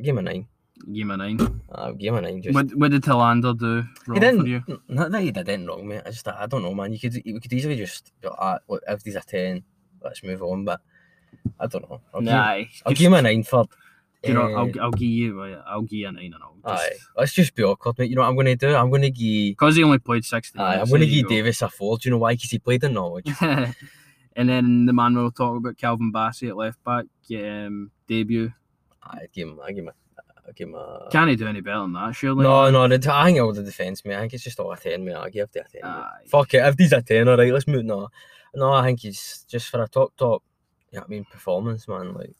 Speaker 2: give him a nine.
Speaker 1: game of nine.
Speaker 2: I'll give him a nine. Just
Speaker 1: What, what did Hollander do
Speaker 2: He
Speaker 1: wrong
Speaker 2: didn't.
Speaker 1: for you?
Speaker 2: n- Not that he did anything wrong, mate. I just, I don't know, man. You could, we could easily just, be like, ah, look, if these are ten, let's move on. But I don't know. I'll, give,
Speaker 1: Nah,
Speaker 2: I'll
Speaker 1: just-
Speaker 2: give him a nine for.
Speaker 1: you know, I'll,
Speaker 2: eh,
Speaker 1: I'll give you, a- I'll give you a nine and all.
Speaker 2: aye.
Speaker 1: just-
Speaker 2: Let's just be awkward, mate. You know what I'm gonna do? I'm gonna give.
Speaker 1: Because he only played 60
Speaker 2: Aye, I'm
Speaker 1: minutes,
Speaker 2: gonna
Speaker 1: there you
Speaker 2: give Davis a four. Do you know why? Because he played in Norwich.
Speaker 1: go. and then the man we'll talk about, Calvin Bassey at left back, um, debut.
Speaker 2: I give him. I give him. A, I give him a.
Speaker 1: Can he do any better than that, surely?
Speaker 2: no, no, the, I think all the defence, mate. I think it's just all a 10, mate. I'll give the 10. mate.
Speaker 1: Aye.
Speaker 2: Fuck it, if these a 10, alright, let's move. No, no, I think he's just for a top, top, you know what I mean, performance, man. Like,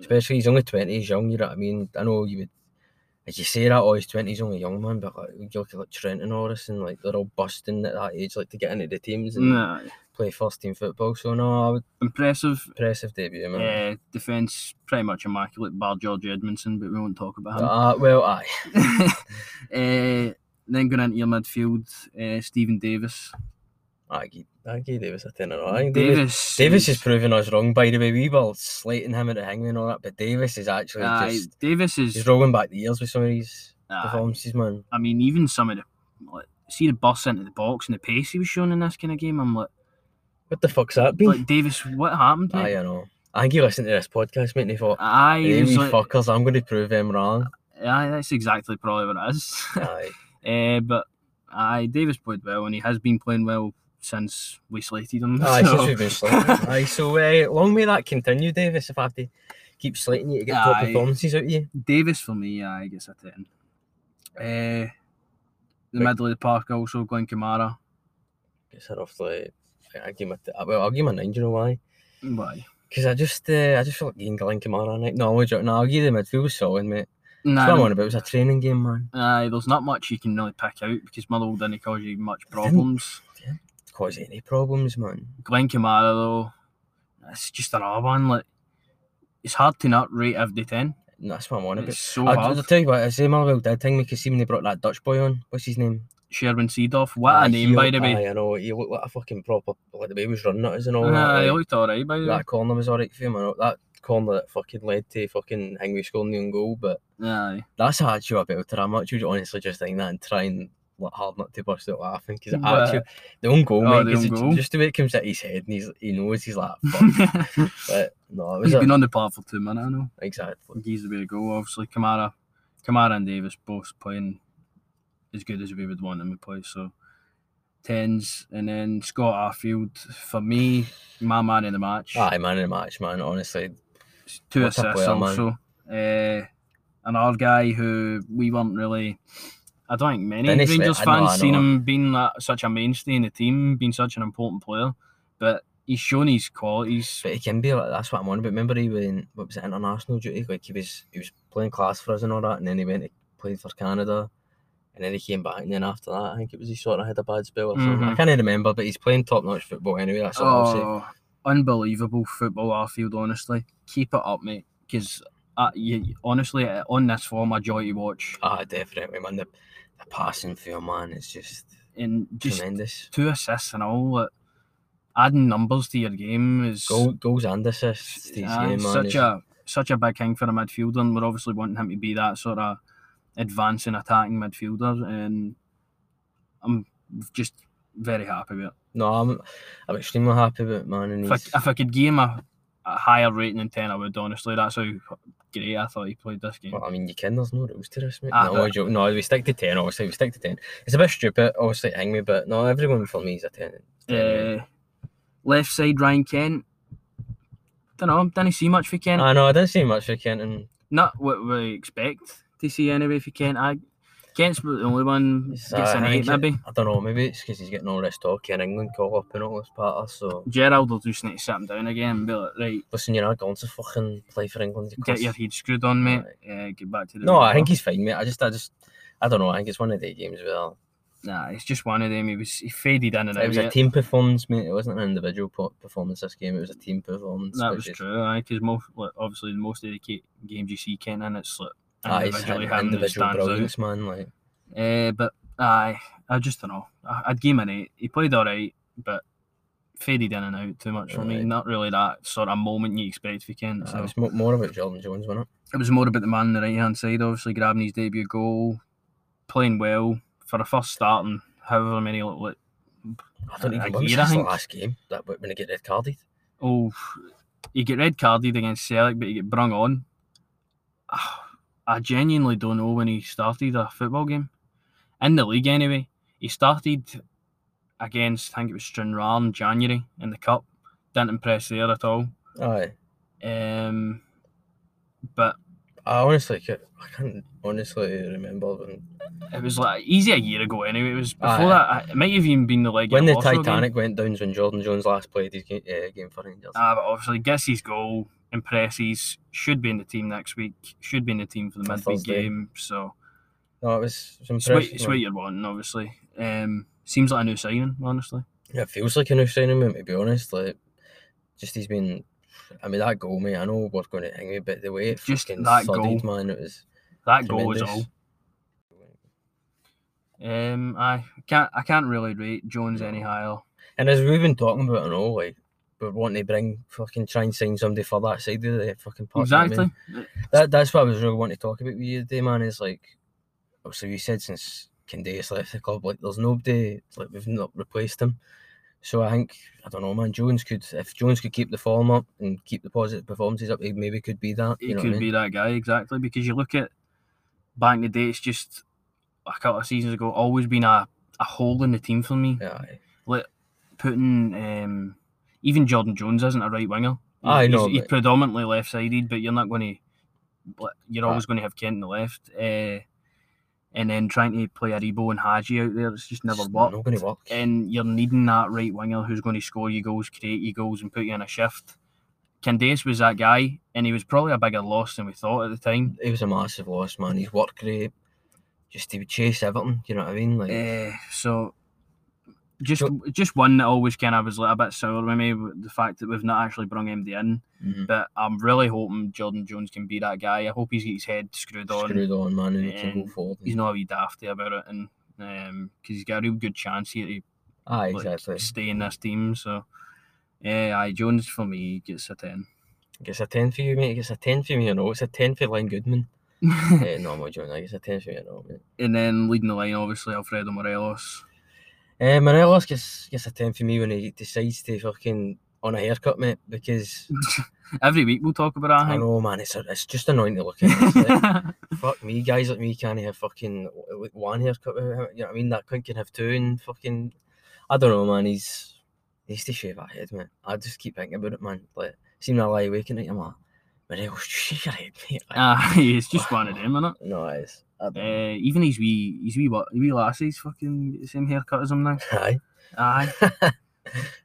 Speaker 2: especially he's only 20, he's young, you know what I mean? I know you would, like, you say that, oh, he's 20, he's only young, man, but like, you look at like Trent and all this, and like, they're all busting at that age, like, to get into the teams and
Speaker 1: Nah,
Speaker 2: play first team football. So no, I would
Speaker 1: Impressive.
Speaker 2: impressive debut, man.
Speaker 1: Uh, Defence pretty much immaculate, bar George Edmondson, but we won't talk about him.
Speaker 2: Uh, well, aye. Ah.
Speaker 1: Eh, then going into your midfield, uh, Stephen Davis.
Speaker 2: I give, I give Davis a ten out of ten. Davis,
Speaker 1: Davis.
Speaker 2: Davis
Speaker 1: is-
Speaker 2: is proving us wrong. By the way, we were slating him at the hangman and all that, but Davis is actually
Speaker 1: Aye,
Speaker 2: just
Speaker 1: Davis
Speaker 2: he's
Speaker 1: is.
Speaker 2: rolling back the years with some of these
Speaker 1: aye.
Speaker 2: performances, man.
Speaker 1: I mean, even some of the like, see the bus into the box and the pace he was showing in this kind of game. I'm like,
Speaker 2: What the fuck's that been?
Speaker 1: like Davis, what happened?
Speaker 2: aye,
Speaker 1: Mate?
Speaker 2: I know. I think you listened to this podcast, mate, and you thought,
Speaker 1: Aye,
Speaker 2: "Hey,
Speaker 1: it was
Speaker 2: wee
Speaker 1: like-
Speaker 2: fuckers, I'm going to prove them wrong."
Speaker 1: aye, that's exactly probably what it is.
Speaker 2: aye,
Speaker 1: Eh, but aye, Davis played well, and he has been playing well since we slated him.
Speaker 2: aye,
Speaker 1: so-
Speaker 2: since we've been slating. aye, so uh, long may that continue, Davis. If I have to keep slating you to get top
Speaker 1: Aye.
Speaker 2: performances out of you,
Speaker 1: Davis for me, aye, gets a ten. Eh, the
Speaker 2: Right.
Speaker 1: middle of the park also Glenn Kamara.
Speaker 2: it's a roughly. I- I give him a t- well, I'll give him a nine. Do you know why?
Speaker 1: Why?
Speaker 2: Because I just, uh, I just feel like getting Glenn Kamara. Like, no, I'm joking. no, I'll give the midfield solid, mate. That's what I'm
Speaker 1: Nah,
Speaker 2: on about. It's a training game, man.
Speaker 1: aye, there's not much you can really pick out because Motherwell didn't cause you much
Speaker 2: didn't.
Speaker 1: problems.
Speaker 2: It's cause any problems, man.
Speaker 1: Glenn Kamara though, it's just another one. Like it's hard to not rate of the ten.
Speaker 2: And that's what I'm on about.
Speaker 1: It's so
Speaker 2: I,
Speaker 1: hard.
Speaker 2: I'll tell you what, I say Marvel did thing because see when they brought that Dutch boy on, what's his name?
Speaker 1: Sherwin Seedorf, what
Speaker 2: Aye,
Speaker 1: a
Speaker 2: he
Speaker 1: name by
Speaker 2: looked-
Speaker 1: the way.
Speaker 2: Aye, I know. He looked like a fucking proper. Like the way he was running at us and all that.
Speaker 1: Aye, he
Speaker 2: like,
Speaker 1: looked alright by the way.
Speaker 2: that corner was alright for him. I know that corner that fucking led to fucking Hingway scoring the own goal, but
Speaker 1: Aye,
Speaker 2: that's how I feel about it. I'm actually honestly just thinking that and trying like, hard not to burst out laughing because
Speaker 1: Well,
Speaker 2: actually the own goal,
Speaker 1: oh,
Speaker 2: mate,
Speaker 1: the
Speaker 2: 'cause
Speaker 1: own
Speaker 2: it j-
Speaker 1: goal.
Speaker 2: just the way it comes out his head and he's, he knows he's like, fuck. but no, it was
Speaker 1: he's
Speaker 2: a,
Speaker 1: been on the part for two minutes. I know.
Speaker 2: exactly.
Speaker 1: He's the way to go. Obviously, Kamara, Kamara and Davis both playing as good as we would want them to play. So tens, and then Scott Arfield for me, my man in the match.
Speaker 2: Aye, man in the match, man. Honestly,
Speaker 1: two
Speaker 2: Ah, What a
Speaker 1: assists
Speaker 2: player, man.
Speaker 1: also. Uh, another guy who we weren't really. I don't think many
Speaker 2: Didn't expect-
Speaker 1: Rangers
Speaker 2: I know, I
Speaker 1: fans seen
Speaker 2: know.
Speaker 1: him being that, such a mainstay in the team, being such an important player. But he's shown his qualities.
Speaker 2: but he can be like that's what I'm on about. Remember he went what was it international duty? Like he was he was playing class for us and all that, and then he went to played for Canada, and then he came back, and then after that, I think it was he sort of had a bad spell or something. I
Speaker 1: Mhm.
Speaker 2: can't even remember, but he's playing top notch football anyway. That's all I'll say.
Speaker 1: Oh, unbelievable football, Arfield. Honestly, keep it up, mate. Because uh, you, honestly, uh, on this form, a joy to watch.
Speaker 2: Ah, definitely, man. The, the passing for your man is just,
Speaker 1: And just
Speaker 2: tremendous.
Speaker 1: two assists and all. Like, adding numbers to your game is
Speaker 2: Goal, goals and assists. to his
Speaker 1: Aye,
Speaker 2: game, man,
Speaker 1: such
Speaker 2: is-
Speaker 1: a such a big thing for a midfielder, and we're obviously wanting him to be that sort of advancing attacking midfielder, and I'm just very happy with it.
Speaker 2: no, I'm I'm extremely happy with it, man. And
Speaker 1: If I,
Speaker 2: he's,
Speaker 1: if I could give him a, a higher rating than ten, I would honestly. That's how great I thought he played this game.
Speaker 2: Well, I mean, you can. There's no rules to this, mate.
Speaker 1: Ah,
Speaker 2: no,
Speaker 1: but-
Speaker 2: I joke. no, we stick to ten. Obviously, we stick to ten. It's a bit stupid, obviously, hang me, but no, everyone for me is a ten. 10 mate.
Speaker 1: Uh, left side Ryan Kent. Don't know. Didn't see much for Kent.
Speaker 2: I know. I didn't see much for Kenton.
Speaker 1: Not what we expect to see anyway for Kent. I, Kent's the only one
Speaker 2: It's,
Speaker 1: gets
Speaker 2: uh,
Speaker 1: an
Speaker 2: I
Speaker 1: eight
Speaker 2: think it-
Speaker 1: maybe.
Speaker 2: I don't know. Maybe it's because he's getting all this talk in England call up and all this patter. So
Speaker 1: Gerald will just need to sit him down again and be like, right,
Speaker 2: listen, you're not going to fucking play for England. you
Speaker 1: get your
Speaker 2: cuss.
Speaker 1: head screwed on, mate. Uh, get back to the.
Speaker 2: No, I
Speaker 1: football.
Speaker 2: think he's fine, mate. I just, I just, I don't know. I think it's one of the games where
Speaker 1: Nah, it's just one of them. He was he faded in and out.
Speaker 2: it was
Speaker 1: yeah.
Speaker 2: a team performance, mate. It wasn't an individual po- performance. This game, it was a team performance.
Speaker 1: That
Speaker 2: which
Speaker 1: was
Speaker 2: is-
Speaker 1: true. I because most like, obviously most of the ca- games you see Kent in, it's like
Speaker 2: Ah, it's
Speaker 1: individually eh? him
Speaker 2: an
Speaker 1: that
Speaker 2: individual
Speaker 1: stands out.
Speaker 2: brilliance, man. Like.
Speaker 1: Uh, but aye, I just don't know. I, I'd give him an eight. He played all right, but faded in and out too much for me.
Speaker 2: Right.
Speaker 1: Not really that sort of moment you expect for Kent.
Speaker 2: It
Speaker 1: So.
Speaker 2: was mo- more about Jordan Jones, wasn't it?
Speaker 1: it was more about the man on the right hand side, obviously grabbing his debut goal, playing well for a first start in however many like, like
Speaker 2: I don't
Speaker 1: Uh,
Speaker 2: even
Speaker 1: a
Speaker 2: remember
Speaker 1: year,
Speaker 2: since
Speaker 1: I
Speaker 2: the
Speaker 1: think.
Speaker 2: last game that w- when he get red carded.
Speaker 1: oh you get red carded against Celtic but you get brung on. Ah, I genuinely don't know when he started a football game. In the league anyway. He started against I think it was Stranraer in January in the cup. Didn't impress there at all.
Speaker 2: Aye,
Speaker 1: Um but
Speaker 2: I honestly could. I can't honestly remember when,
Speaker 1: it was like easy a year ago anyway. It was before
Speaker 2: Aye.
Speaker 1: that it might have even been the leg
Speaker 2: when the
Speaker 1: at Walsall game.
Speaker 2: Titanic went down. is When Jordan Jones last played his game, uh, game for Rangers.
Speaker 1: Ah, but obviously gets his goal, impresses, should be in the team next week, should be in the team for the
Speaker 2: On
Speaker 1: midweek
Speaker 2: Thursday.
Speaker 1: game. So
Speaker 2: no, it was, it was
Speaker 1: it's what,
Speaker 2: impressive.
Speaker 1: it's what you're wanting, obviously. Um, seems like a new signing, honestly.
Speaker 2: Yeah, it feels like a new signing, mate, to be honest. Like, just he's been. I mean, that goal, mate, I know we're going to hang it, but the way it
Speaker 1: Just
Speaker 2: fucking
Speaker 1: that
Speaker 2: thudded,
Speaker 1: goal.
Speaker 2: man, it was.
Speaker 1: That goal was all.
Speaker 2: Tremendous.
Speaker 1: Um, I can't. I can't really rate Jones any higher.
Speaker 2: And as we've been talking about, and all, like, we're wanting to bring fucking try and sign somebody for that side of the fucking park. you know what I mean?
Speaker 1: Exactly.
Speaker 2: That that's what I was really wanting to talk about with you today, man. Is like, obviously you said since Candace left the club, like there's nobody like we've not replaced him. So I think I don't know, man. Jones could if Jones could keep the form up and keep the positive performances up, he maybe could be that.
Speaker 1: He
Speaker 2: You know
Speaker 1: could
Speaker 2: what I mean?
Speaker 1: be that guy exactly because you look at back in the day, it's just a couple of seasons ago, always been a, a hole in the team for me.
Speaker 2: Yeah, aye.
Speaker 1: Putting um, even Jordan Jones isn't a right winger.
Speaker 2: I know,
Speaker 1: He's, he's
Speaker 2: but-
Speaker 1: predominantly left sided, but you're not going to. You're
Speaker 2: Ah.
Speaker 1: always going to have Kent on the left, uh, and then trying to play Aribo and Haji out there, it's just never
Speaker 2: It's
Speaker 1: worked.
Speaker 2: Not gonna work.
Speaker 1: and you're needing that right winger who's going to score you goals, create you goals, and put you in a shift. Candace was that guy, and he was probably a bigger loss than we thought at the time.
Speaker 2: It was a massive loss, man. He's worked great. Just he would chase Everton. You know what I mean? Like,
Speaker 1: Eh, so, just
Speaker 2: So-
Speaker 1: just one that always kind of was like a bit sour with me, with the fact that we've not actually brung MD in.
Speaker 2: mhm.
Speaker 1: But I'm really hoping Jordan Jones can be that guy. I hope he's got his head screwed on.
Speaker 2: screwed on, man, and he can go
Speaker 1: and
Speaker 2: forward.
Speaker 1: He's not a wee dafty about it, and because he's got a real good chance here to
Speaker 2: Ah,
Speaker 1: like,
Speaker 2: exactly.
Speaker 1: stay in this team. So, yeah, aye, Jones for me gets a ten.
Speaker 2: Gets a ten for you, mate. Gets a ten for me. You know, it's a ten for Len Goodman. uh, no, I'm joking. Like, it's a 10 for you, no, mate.
Speaker 1: and then leading the line, obviously, Alfredo Morelos.
Speaker 2: Uh, Morelos gets, gets a 10 for me when he decides to fucking on a haircut, mate, because
Speaker 1: Every week we'll talk about
Speaker 2: I
Speaker 1: that.
Speaker 2: know, man, it's, a, it's just annoying to look at. It's like,
Speaker 1: I think.
Speaker 2: eh. fuck me, guys like me can't have fucking w- one haircut. without- eh, You know what I mean? That cunt can have two and fucking. I don't know, man. He's. He needs to shave that head, man. I just keep thinking about it, man. Like, seem to lie awake at night, I'm like, Morelos, shave your head, mate. Like,
Speaker 1: Aye, it's just one of them, innit?
Speaker 2: no, it's. I don't know.
Speaker 1: Uh, even his wee, his wee, what, wee lassie's fucking the same haircut as him now.
Speaker 2: Aye.
Speaker 1: Aye,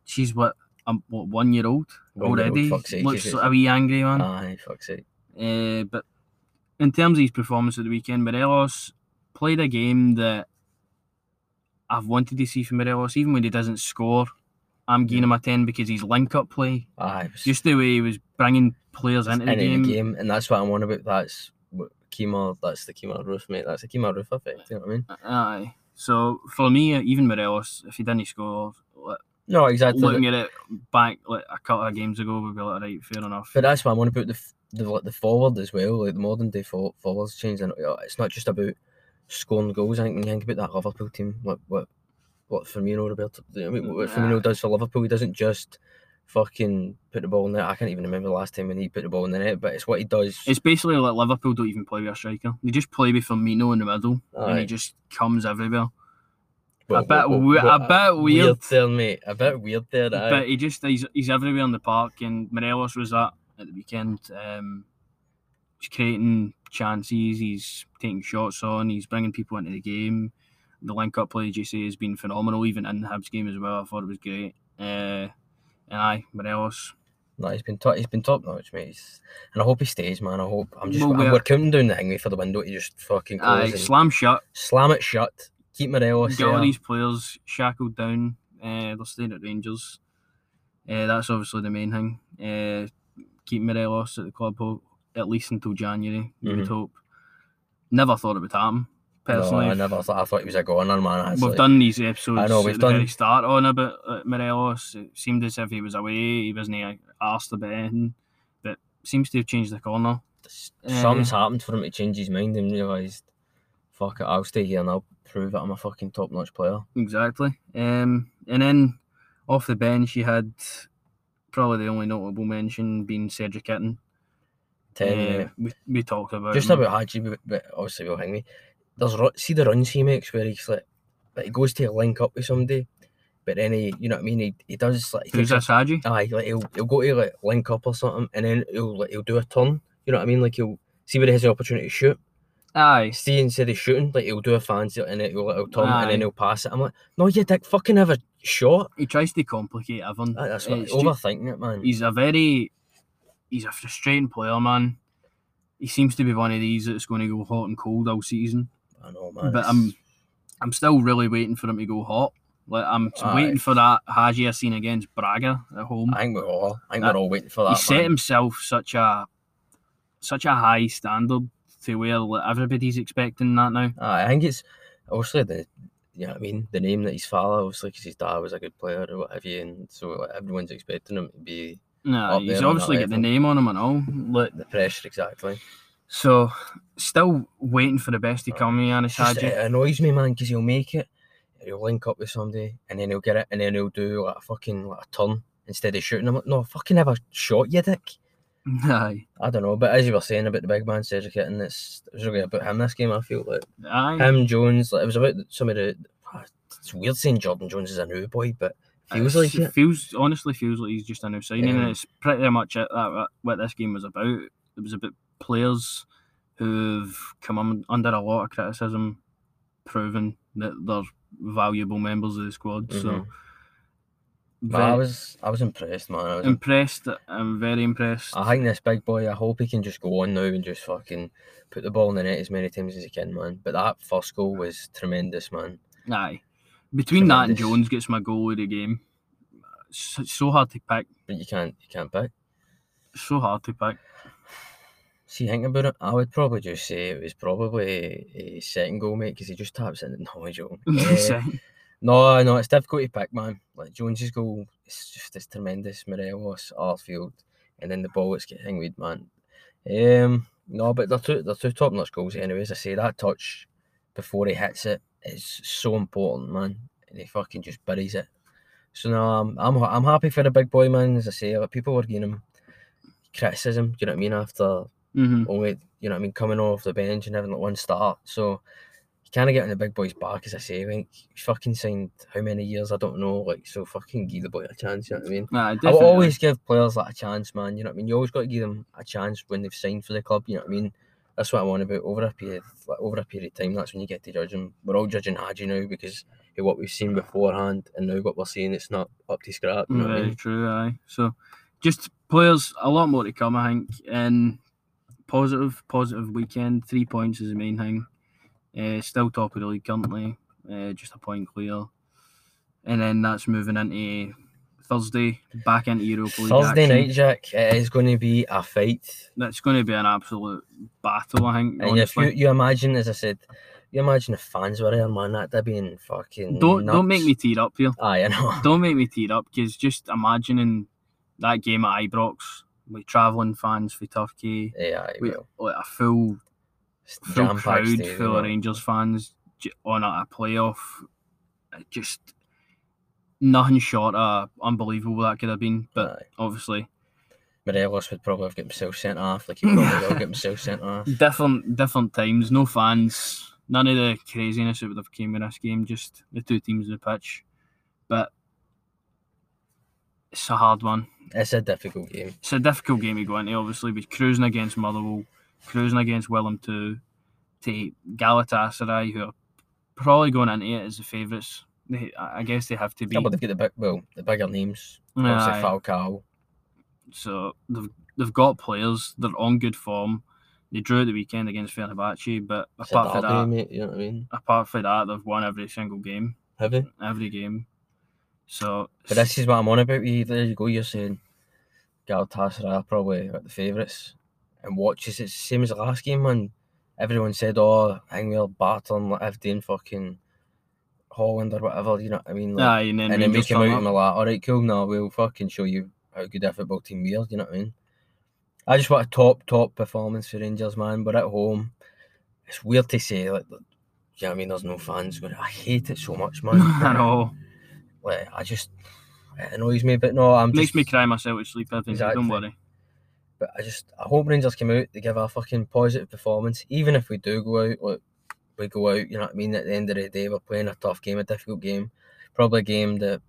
Speaker 1: she's what, um, what one year old
Speaker 2: One year old,
Speaker 1: already.
Speaker 2: fuck's sake, Ah.
Speaker 1: Looks
Speaker 2: is it?
Speaker 1: a wee angry man.
Speaker 2: Aye, fuck's sake.
Speaker 1: Uh, but in terms of his performance of the weekend, Morelos played a game that I've wanted to see from Morelos, even when he doesn't score. I'm giving him a ten because his link-up play
Speaker 2: Aye. it was-
Speaker 1: just the way he was bringing players into the
Speaker 2: and
Speaker 1: game.
Speaker 2: Ah. in the game, and that's what I'm on about. That's what Kemal. That's the Kemal Roof, mate. That's the Kemal Roof effect. You know what I mean?
Speaker 1: Aye. So for me, even Morelos, if he didn't score, like,
Speaker 2: No, exactly.
Speaker 1: looking at it back like a couple of games ago, we'd be like, right, fair enough.
Speaker 2: but that's what I'm on about. The f- the like the forward as well. Like the modern day for, forwards changed, and uh, it's not just about scoring goals. I think when you think about that Liverpool team, what what what Firmino Roberto, you know what I mean, what Firmino
Speaker 1: Nah.
Speaker 2: does for Liverpool, he doesn't just fucking put the ball in there. I can't even remember the last time when he put the ball in the net, but it's what he does.
Speaker 1: It's basically like Liverpool don't even play with a striker; they just play with Firmino in the middle, and
Speaker 2: Aye.
Speaker 1: he just comes everywhere.
Speaker 2: Whoa,
Speaker 1: a
Speaker 2: whoa,
Speaker 1: bit
Speaker 2: whoa,
Speaker 1: we- a
Speaker 2: whoa,
Speaker 1: bit
Speaker 2: uh,
Speaker 1: weird.
Speaker 2: there, mate. A bit weird there. aye.
Speaker 1: But he just he's, he's everywhere in the park, and Morelos was that at the weekend. Um, he's creating chances, he's taking shots on, he's bringing people into the game. The link up play, as you say, has been phenomenal, even in the Hibs game as well. I thought it was great. Uh, and aye, Morelos.
Speaker 2: No, he's been top. He's been top notch, mate. He's, and I hope he stays, man. I hope. I'm just.
Speaker 1: Well,
Speaker 2: I'm-
Speaker 1: we're-
Speaker 2: we're counting down the hangway for the window to just fucking close
Speaker 1: Aye,
Speaker 2: and
Speaker 1: slam shut,
Speaker 2: slam it shut. Keep Morelos
Speaker 1: get all
Speaker 2: there.
Speaker 1: these players shackled down. Uh, they're staying at Rangers. Uh, that's obviously the main thing. Uh, keep Morelos at the club ho- at least until January, you would
Speaker 2: Mhm.
Speaker 1: hope. Never thought it would happen. Personally,
Speaker 2: no, I never thought. I thought he was a goner, man. I was
Speaker 1: we've
Speaker 2: like,
Speaker 1: done these episodes
Speaker 2: I know, we've
Speaker 1: at the very
Speaker 2: done-
Speaker 1: start on about uh, Morelos. It seemed as if he was away, he wasn't uh, asked about anything, but seems to have changed the corner.
Speaker 2: s-
Speaker 1: eh.
Speaker 2: Something's happened for him to change his mind and realised, fuck it, I'll stay here and I'll prove that I'm a fucking top notch player.
Speaker 1: Exactly. Um, and then off the bench, you had probably the only notable mention being Cedric Kitten.
Speaker 2: Ten.
Speaker 1: Eh,
Speaker 2: mate.
Speaker 1: we, we talked about
Speaker 2: Just
Speaker 1: him.
Speaker 2: about Hadji, but- but obviously will hang me. There's ru- see the runs he makes where he's like, like he goes to link up with somebody, but then he, you know what I mean. He, he does like he
Speaker 1: Who's
Speaker 2: takes a
Speaker 1: this, Hadji?
Speaker 2: Aye, like he'll, he'll go to like link up or something, and then he'll like, he'll do a turn. You know what I mean? Like he'll see where he has the opportunity to shoot.
Speaker 1: Aye.
Speaker 2: See instead of shooting, like he'll do a fancy and then he'll, like, he'll turn and
Speaker 1: Aye.
Speaker 2: then he'll pass it. I'm like, no, you dick, fucking have a shot.
Speaker 1: He tries to complicate everything.
Speaker 2: That- That's what
Speaker 1: It's ju-
Speaker 2: overthinking it, man.
Speaker 1: he's a very he's a frustrating player, man. He seems to be one of these that's going to go hot and cold all season.
Speaker 2: I know, man.
Speaker 1: but um,
Speaker 2: it's-
Speaker 1: I'm I'm still really waiting for him to go hot. Like I'm
Speaker 2: Aye.
Speaker 1: waiting for that Hagia scene against Braga at home.
Speaker 2: I think we're all. I think
Speaker 1: That-
Speaker 2: we're all waiting for that.
Speaker 1: he uh, set
Speaker 2: man.
Speaker 1: himself such a such a high standard to where like, everybody's expecting that now.
Speaker 2: Aye, I think it's obviously the you know what I mean the name that he's father obviously because his dad was a good player or what have you, and so like, everyone's expecting him to be
Speaker 1: Nah,
Speaker 2: Up there
Speaker 1: he's
Speaker 2: on that
Speaker 1: obviously got the
Speaker 2: level.
Speaker 1: name on him and all. Like,
Speaker 2: the pressure exactly.
Speaker 1: so, still waiting for the best to come, Yanis
Speaker 2: It's Uh, just-
Speaker 1: Hadji.
Speaker 2: it annoys me, man, because he'll make it, he'll link up with somebody, and then he'll get it, and then he'll do like a fucking like a turn instead of shooting. I'm like, no, I fucking have a shot, you dick.
Speaker 1: Aye,
Speaker 2: I don't know, but as you were saying about the big man Cedric and it's it was really about him this game. I feel like
Speaker 1: aye.
Speaker 2: him Jones, like it was about some of the. ah, It's weird saying Jordan Jones is a new boy, but feels like Um,
Speaker 1: It's-
Speaker 2: it.
Speaker 1: Feels honestly feels like he's just a new signing,
Speaker 2: Yeah.
Speaker 1: and it's pretty much it, that, that- what this game was about. It was about players who've come un- under a lot of criticism, proving that they're valuable members of the squad. So,
Speaker 2: Mhm. Mm-hmm. But I
Speaker 1: very
Speaker 2: was I was impressed, man. I was
Speaker 1: impressed. I'm very impressed.
Speaker 2: I think this big boy, I hope he can just go on now and just fucking put the ball in the net as many times as he can, man. But that first goal was tremendous, man.
Speaker 1: Aye. Between that and
Speaker 2: Tremendous.
Speaker 1: Jones gets my goal of the game. So, so hard to pick.
Speaker 2: But you can't you can't pick.
Speaker 1: So hard to pick.
Speaker 2: See, think about it. I would probably just say it was probably a second goal, mate, because he just taps in. No, I joke. Eh,
Speaker 1: Second-
Speaker 2: no, no, it's difficult to pick, man. Like Jones's goal, it's just it's tremendous. Morelos, Arfield, and then the ball it's getting weed, man. Um, no, but they're two they're two top notch goals. Anyways, I say that touch before he hits it is so important, man. And he fucking just buries it. So no, I'm I'm ha- I'm happy for the big boy, man. As I say, like, people were giving him criticism. Do you know what I mean? After
Speaker 1: Mhm.
Speaker 2: only you know what I mean coming off the bench and having like one start. So you kind of getting the big boys back, as I say. I think he's fucking signed how many years I don't know. Like so, fucking give the boy a chance. You know what I mean?
Speaker 1: Aye,
Speaker 2: I will
Speaker 1: definitely.
Speaker 2: always give players like a chance, man. You know what I mean? You always got to give them a chance when they've signed for the club. You know what I mean? That's what I want about over a period, like, over a period of time. That's when you get to judge them. We're all judging Hadji now because of what we've seen beforehand, and now what we're seeing, it's not up to scrap. You know what I
Speaker 1: Very
Speaker 2: mean?
Speaker 1: true, aye. So just players a lot more to come, I think. And positive, positive weekend. Three points is the main thing. Uh, still top of the league currently. Uh, just a point clear. And then that's moving into Thursday, back into Europa League.
Speaker 2: Thursday
Speaker 1: action.
Speaker 2: night, Jack. It is going to be a fight.
Speaker 1: That's going to be an absolute battle, I think.
Speaker 2: And if you,
Speaker 1: honestly.
Speaker 2: you imagine, as I said, you imagine if fans were there, man, that'd have been fucking.
Speaker 1: Don't don't make
Speaker 2: nuts.
Speaker 1: me tear up here.
Speaker 2: Aye, I know.
Speaker 1: Don't make me tear up because just imagining that game at Ibrox with travelling fans for Turkey,
Speaker 2: Yeah, aye,
Speaker 1: We-
Speaker 2: well,
Speaker 1: like a full
Speaker 2: it's
Speaker 1: full
Speaker 2: jam-packed
Speaker 1: crowd
Speaker 2: stadium,
Speaker 1: full of
Speaker 2: man.
Speaker 1: Rangers fans j- on a a playoff, uh, just nothing short of unbelievable that could have been. But
Speaker 2: Aye.
Speaker 1: obviously,
Speaker 2: Morelos would probably have got himself sent off, like he probably will get himself sent off.
Speaker 1: different different times, no fans, none of the craziness that would have came in this game. Just the two teams on the pitch, but it's a hard one.
Speaker 2: It's a difficult game.
Speaker 1: it's a difficult game to go into, obviously, with cruising against Motherwell, cruising against Willem too, to Galatasaray, who are probably going into it as the favourites. They, I I guess they have to be.
Speaker 2: Yeah, but they've got the big, well, the bigger names.
Speaker 1: Aye.
Speaker 2: Obviously, Falcao.
Speaker 1: So they've, they've got players, they're on good form. They drew at the weekend against Fenerbahce, but
Speaker 2: It's
Speaker 1: apart from
Speaker 2: a derby,
Speaker 1: that,
Speaker 2: mate. You know what I mean?
Speaker 1: apart from that, they've won every single game,
Speaker 2: Have you?
Speaker 1: every game. So
Speaker 2: But this is what I'm on about. You there you go. You're saying Galatasaray are probably like the favourites, and watches it's the same as the last game, man. Everyone said, "Oh, Hangwell, Barton, like Evden, fucking Holland or whatever." You know what I mean? Like,
Speaker 1: aye, and then,
Speaker 2: and then we
Speaker 1: Rangers
Speaker 2: came
Speaker 1: turn
Speaker 2: out
Speaker 1: up.
Speaker 2: and we're like, "All right, cool. Now we'll fucking show you how good our football team we are." You know what I mean? I just want a top, top performance for Rangers, man. We're at home. It's weird to say, like, you know what I mean? There's no fans, but I hate it so much, man.
Speaker 1: I know.
Speaker 2: Like, I just it annoys me, but no, I'm
Speaker 1: Makes
Speaker 2: just,
Speaker 1: me cry myself to sleep every night,
Speaker 2: Exactly.
Speaker 1: Don't worry.
Speaker 2: But I just I hope Rangers come out, they give a fucking positive performance. Even if we do go out, like, we go out, you know what I mean? At the end of the day, we're playing a tough game, a difficult game. Probably a game that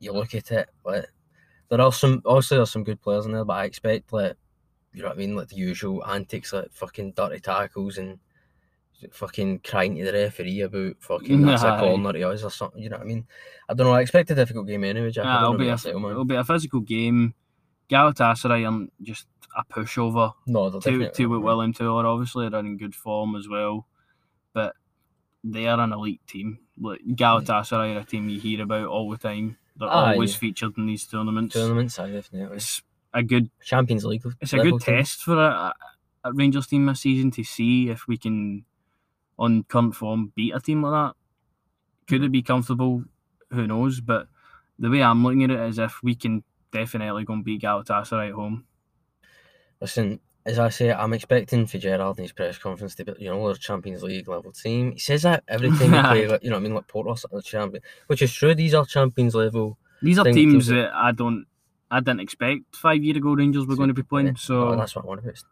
Speaker 2: you look at it, like there are some obviously there's some good players in there, but I expect like you know what I mean, like the usual antics like fucking dirty tackles and fucking crying to the referee about fucking that's a
Speaker 1: Aye.
Speaker 2: corner to us or something, you know what I mean? I don't know, I expect a difficult game anyway, Jack.
Speaker 1: Yeah,
Speaker 2: I
Speaker 1: Ah, it'll
Speaker 2: don't know
Speaker 1: be a
Speaker 2: about yourself, man.
Speaker 1: it'll be a physical game. Galatasaray and just a pushover
Speaker 2: No, they're
Speaker 1: to
Speaker 2: definitely
Speaker 1: to
Speaker 2: not,
Speaker 1: what
Speaker 2: man.
Speaker 1: Willem Taylor. Obviously, they're in good form as well, but they are an elite team. Like Galatasaray are a team you hear about all the time. They're
Speaker 2: Aye.
Speaker 1: always featured in these Ah, tournaments.
Speaker 2: Tournaments, I definitely.
Speaker 1: It's a good
Speaker 2: Champions League.
Speaker 1: it's a
Speaker 2: level
Speaker 1: good
Speaker 2: team.
Speaker 1: test for a, a Rangers team this season to see if we can, on current form, beat a team like that. Could it be comfortable? Who knows? But the way I'm looking at it is if we can definitely go and beat Galatasaray at home.
Speaker 2: Listen, as I say, I'm expecting for Gerard in his press conference to be, you know, we're a Champions League level team. He says that every time we play, like, you know what I mean, like Porto are champion, which is true. These are Champions level.
Speaker 1: These are
Speaker 2: Think
Speaker 1: teams
Speaker 2: they'll
Speaker 1: that I don't, I didn't expect five year ago Rangers were
Speaker 2: So,
Speaker 1: going to be
Speaker 2: yeah,
Speaker 1: playing.
Speaker 2: oh,
Speaker 1: So
Speaker 2: that's what I want about. It's,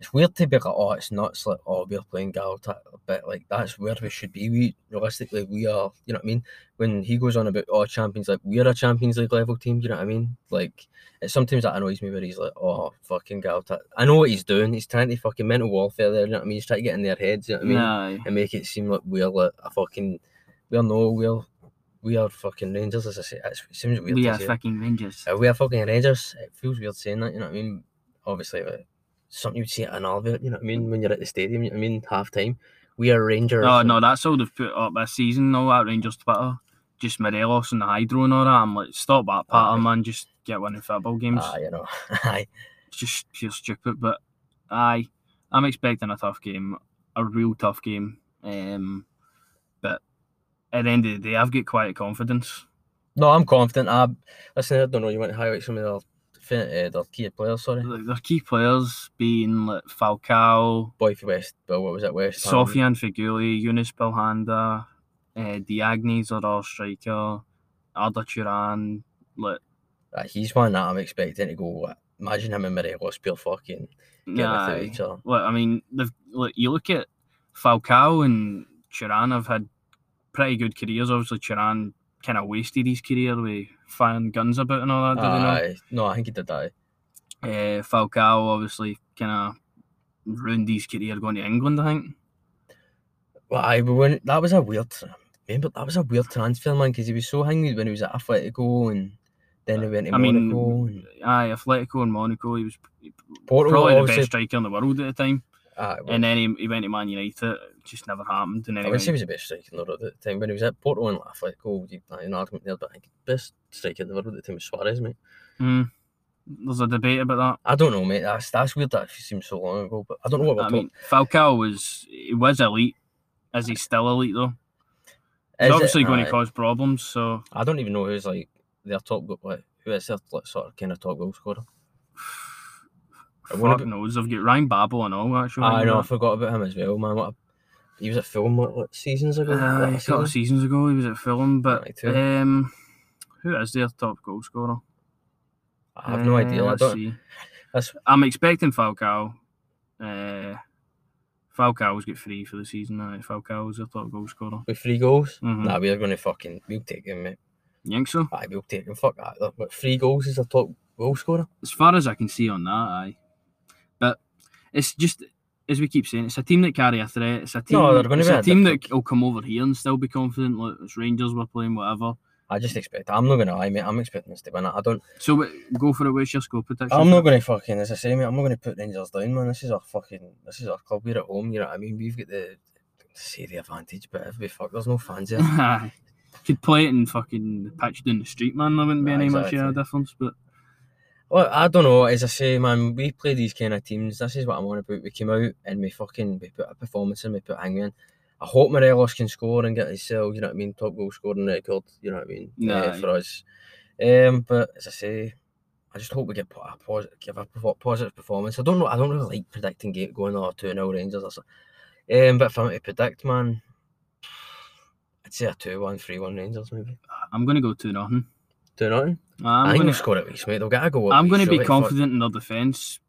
Speaker 2: it's weird to be like, oh, it's nuts, like, oh, we're playing Galatasaray, but like, that's where we should be. We realistically, we are, you know what I mean? When he goes on about, oh, Champions League, we're a Champions League level team, you know what I mean? Like, it's sometimes that annoys me where he's like, oh, fucking Galatasaray. I know what he's doing. He's trying to fucking mental warfare there, you know what I mean? He's trying to get in their heads, you know what I mean?
Speaker 1: nah,
Speaker 2: and make it seem like we're like a fucking we're no we're we are fucking Rangers as I say it's, it seems weird
Speaker 1: we
Speaker 2: to
Speaker 1: are
Speaker 2: say.
Speaker 1: fucking Rangers.
Speaker 2: Uh, we are fucking Rangers it feels weird saying that you know what I mean obviously but something you'd see at an Albion you know what I mean when you're at the stadium you know what I mean half time we are Rangers
Speaker 1: Oh
Speaker 2: and-
Speaker 1: no, that's all they've put up this season. and All that Rangers Twitter, just Morelos and the Hydro and all that. I'm like, stop that, pattern,
Speaker 2: Aye.
Speaker 1: man. Just get winning football games.
Speaker 2: ah you know aye
Speaker 1: It's just pure stupid. But aye, I'm expecting a tough game, a real tough game. Um, but at the end of the day, I've got quite confidence.
Speaker 2: no I'm confident I listen I don't know you want to highlight some of their fin- uh, their key players sorry
Speaker 1: Like, their key players being like Falcao,
Speaker 2: boy for West well what was it West Ham?
Speaker 1: Sofian Figuli, Yunus Belhanda, uh, Diagne's or our striker, Arda Turan, like.
Speaker 2: Uh, he's one that I'm expecting to go like, imagine him and Morelos pure fucking getting
Speaker 1: Aye.
Speaker 2: through each other
Speaker 1: Well, I mean, they've, like, you look at Falcao and Chiran have had pretty good careers. Obviously, Chiran kind of wasted his career with firing guns about and all that. Did he not?
Speaker 2: Aye. No, I think he did that.
Speaker 1: Uh, Falcao obviously kind of ruined his career going to England. I think.
Speaker 2: Well, I when that was a weird. tra- Remember that was a weird transfer man because he was so hangry when he was at Atletico and then he went to
Speaker 1: Uh, I mean,
Speaker 2: Monaco. and,
Speaker 1: aye, Atletico and Monaco. He was
Speaker 2: Porto
Speaker 1: probably the
Speaker 2: obviously-
Speaker 1: best striker in the world at the time.
Speaker 2: aye, well,
Speaker 1: And then he, he went to Man United. It just never happened. And then
Speaker 2: I
Speaker 1: he
Speaker 2: would say he
Speaker 1: went,
Speaker 2: was a best striker in the world at the time when he was at Porto and Atletico. You had an argument there, but I think best striker in the world at the time was Suarez, mate.
Speaker 1: hmm, there's a debate about that.
Speaker 2: I don't know, mate. That's that's weird. That seems so long ago, but I don't know what we're
Speaker 1: I
Speaker 2: talking.
Speaker 1: mean, Falcao was he was elite. Is he still elite though? He's
Speaker 2: Is it-
Speaker 1: obviously going
Speaker 2: aye.
Speaker 1: to cause problems. So
Speaker 2: I don't even know who's like their top goal. Like, who is their like, sort of kind of top goal scorer? I wonder
Speaker 1: fuck knows. I've got Ryan Babel and all actually. Uh,
Speaker 2: I know. I forgot about him as well, man. What a, he was at film what, what seasons ago?
Speaker 1: Uh, a
Speaker 2: Last
Speaker 1: couple of
Speaker 2: season?
Speaker 1: seasons ago he was at Fulham, but
Speaker 2: Aye, too.
Speaker 1: um, who is their top goal scorer?
Speaker 2: I have no
Speaker 1: Uh,
Speaker 2: idea. Mm, I
Speaker 1: let's
Speaker 2: don't.
Speaker 1: see.
Speaker 2: that's-
Speaker 1: I'm expecting Falcao. Uh, Falcao's got three for the season. Aye. Falcao's their top goal scorer.
Speaker 2: With three goals,
Speaker 1: Mhm.
Speaker 2: nah, we're gonna fucking we'll take him, mate.
Speaker 1: You think so?
Speaker 2: Aye, we'll take him. Fuck that. though. But three goals is a top goal scorer.
Speaker 1: as far as I can see on that, aye. But it's just as we keep saying, it's a team that carry a threat. It's a team.
Speaker 2: No, they're gonna
Speaker 1: it's
Speaker 2: be
Speaker 1: a
Speaker 2: a
Speaker 1: team that
Speaker 2: difficult-
Speaker 1: will come over here and still be confident. Like it's Rangers, we're playing whatever.
Speaker 2: I just expect. I'm not gonna lie, mate. I'm expecting us to win it. I don't.
Speaker 1: So w- go for it. What's your score prediction?
Speaker 2: I'm not gonna fucking. As I say, mate, I'm not gonna put Rangers down, man. This is our fucking. This is our club. We're at home. You know what I mean? We've got the say the advantage, but if we fuck, there's no fans here.
Speaker 1: Aye. Could play it in fucking the pitch down the street, man. There wouldn't be
Speaker 2: Aye,
Speaker 1: any much
Speaker 2: exactly.
Speaker 1: yeah, difference. But
Speaker 2: Well, I don't know. As I say, man, we play these kind of teams. This is what I'm on about. We came out and we fucking we put a performance in. We put hanging. in. I hope Morelos can score and get himself. You know what I mean? Top goal scoring record. You know what I mean? uh,
Speaker 1: Aye.
Speaker 2: for us. Um, but as I say, I just hope we get put a positive, give a perfo- positive performance. I don't know. I don't really like predicting gate going or two 0 Rangers or something. Um, but if I'm to predict, man, I'd say a 2-1, 3-1 Rangers maybe.
Speaker 1: I'm gonna go two nothing.
Speaker 2: Do nothing. i
Speaker 1: I'm
Speaker 2: think
Speaker 1: gonna
Speaker 2: they'll score at least, mate. They'll get a goal. at
Speaker 1: I'm
Speaker 2: least,
Speaker 1: gonna be
Speaker 2: surely, fuck.
Speaker 1: confident in their defence,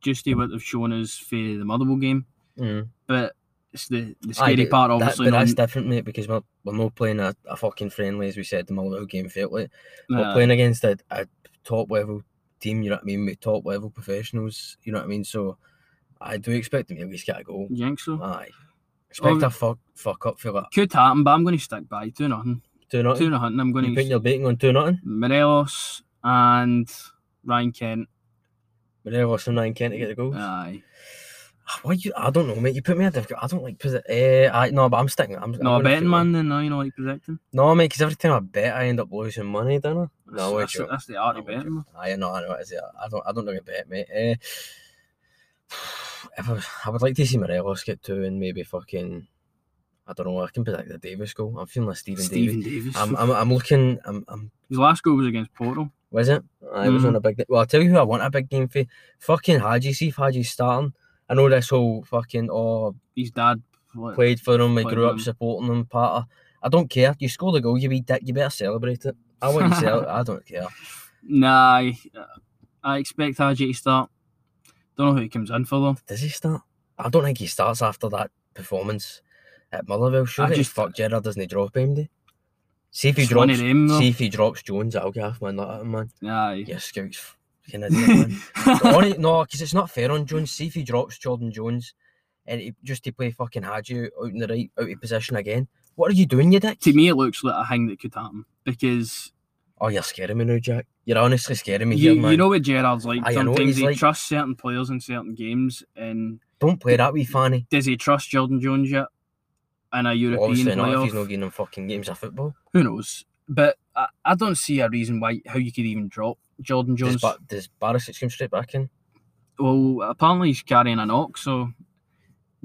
Speaker 1: just to what they've shown us for the Motherwell game.
Speaker 2: Mm.
Speaker 1: But it's the the
Speaker 2: Aye,
Speaker 1: scary
Speaker 2: but
Speaker 1: part,
Speaker 2: that-
Speaker 1: obviously.
Speaker 2: but that's
Speaker 1: knowing-
Speaker 2: different, mate, because we're, we're not playing a, a fucking friendly, as we said, the Motherwell game felt like. We're
Speaker 1: Aye.
Speaker 2: playing against a, a top level team, you know what I mean, with top level professionals, you know what I mean? So I do expect them to at least get a goal.
Speaker 1: You think so?
Speaker 2: Aye. Expect
Speaker 1: Oh,
Speaker 2: a fuck, fuck up for that.
Speaker 1: Could happen, but I'm going to stick by two nothing.
Speaker 2: Do
Speaker 1: Two
Speaker 2: nothing.
Speaker 1: nothing. I'm
Speaker 2: You
Speaker 1: going
Speaker 2: putting
Speaker 1: to
Speaker 2: your betting on 2 nothing?
Speaker 1: Morelos and Ryan Kent.
Speaker 2: Morelos and Ryan Kent to get the goals. Ah,
Speaker 1: Aye,
Speaker 2: Why you? I don't know, mate. You put me at difficult. I don't like. Uh, I no, but I'm sticking. I'm
Speaker 1: No,
Speaker 2: I'm
Speaker 1: a betting man, then, no, you know, like predicting.
Speaker 2: No, mate, because every time I bet, I end up losing money, don't I?
Speaker 1: That's-
Speaker 2: No, we're
Speaker 1: that's, the-
Speaker 2: joking.
Speaker 1: that's the art
Speaker 2: No,
Speaker 1: of
Speaker 2: we're
Speaker 1: betting. man.
Speaker 2: joking. I know, I know it is. Yeah, I don't, I don't really bet, mate. Uh, if I, was- I would like to see Morelos get two and maybe fucking, I don't know. I can predict the Davis goal. I'm feeling like Stephen Davis.
Speaker 1: Stephen Davis.
Speaker 2: I'm, I'm, I'm looking. I'm, I'm.
Speaker 1: His last goal was against Porto.
Speaker 2: Was it? I was
Speaker 1: Mm.
Speaker 2: on a big. di- Well, I'll tell you who I want a big game for. Fucking Hadji. See if Hadji's starting. I know this whole fucking oh
Speaker 1: His dad what,
Speaker 2: played for him. I
Speaker 1: Played
Speaker 2: grew
Speaker 1: with
Speaker 2: up
Speaker 1: him.
Speaker 2: supporting him. Part. of- I don't care. You score the goal, you be dick. You better celebrate it. I wouldn't sell. I don't care.
Speaker 1: Nah, I, I expect Haji to start. Don't know who he comes in for though.
Speaker 2: Does he start? I don't think he starts after that performance at Motherwell. Surely
Speaker 1: just-
Speaker 2: just fuck Gerard doesn't he drop him. Do? See if he
Speaker 1: It's one
Speaker 2: drops.
Speaker 1: of them, though.
Speaker 2: See if he drops Jones. I'll get half my nut at him, man.
Speaker 1: Aye.
Speaker 2: Yeah, scouts. Fucking idiot, man. Honestly, no, because it's not fair on Jones. See if he drops Jordan Jones, and he, just to play fucking Hadju out in the right, out of position again. What are you doing, you dick?
Speaker 1: to me, it looks like a thing that could happen because
Speaker 2: Oh, you're scaring me now, Jack. You're honestly scaring me
Speaker 1: you,
Speaker 2: here, man.
Speaker 1: you know what Gerard's like.
Speaker 2: Aye, I know what
Speaker 1: Sometimes
Speaker 2: he's
Speaker 1: he
Speaker 2: like.
Speaker 1: trusts certain players in certain games, and
Speaker 2: don't play that wee fanny.
Speaker 1: does he trust Jordan Jones yet? In a
Speaker 2: Well,
Speaker 1: European
Speaker 2: obviously not if he's
Speaker 1: playoff,
Speaker 2: not getting them fucking games of football.
Speaker 1: who knows? But I, I don't see a reason why how you could even drop Jordan
Speaker 2: Does,
Speaker 1: Jones.
Speaker 2: ba- does Barisic come straight back in?
Speaker 1: well, apparently he's carrying an ox, so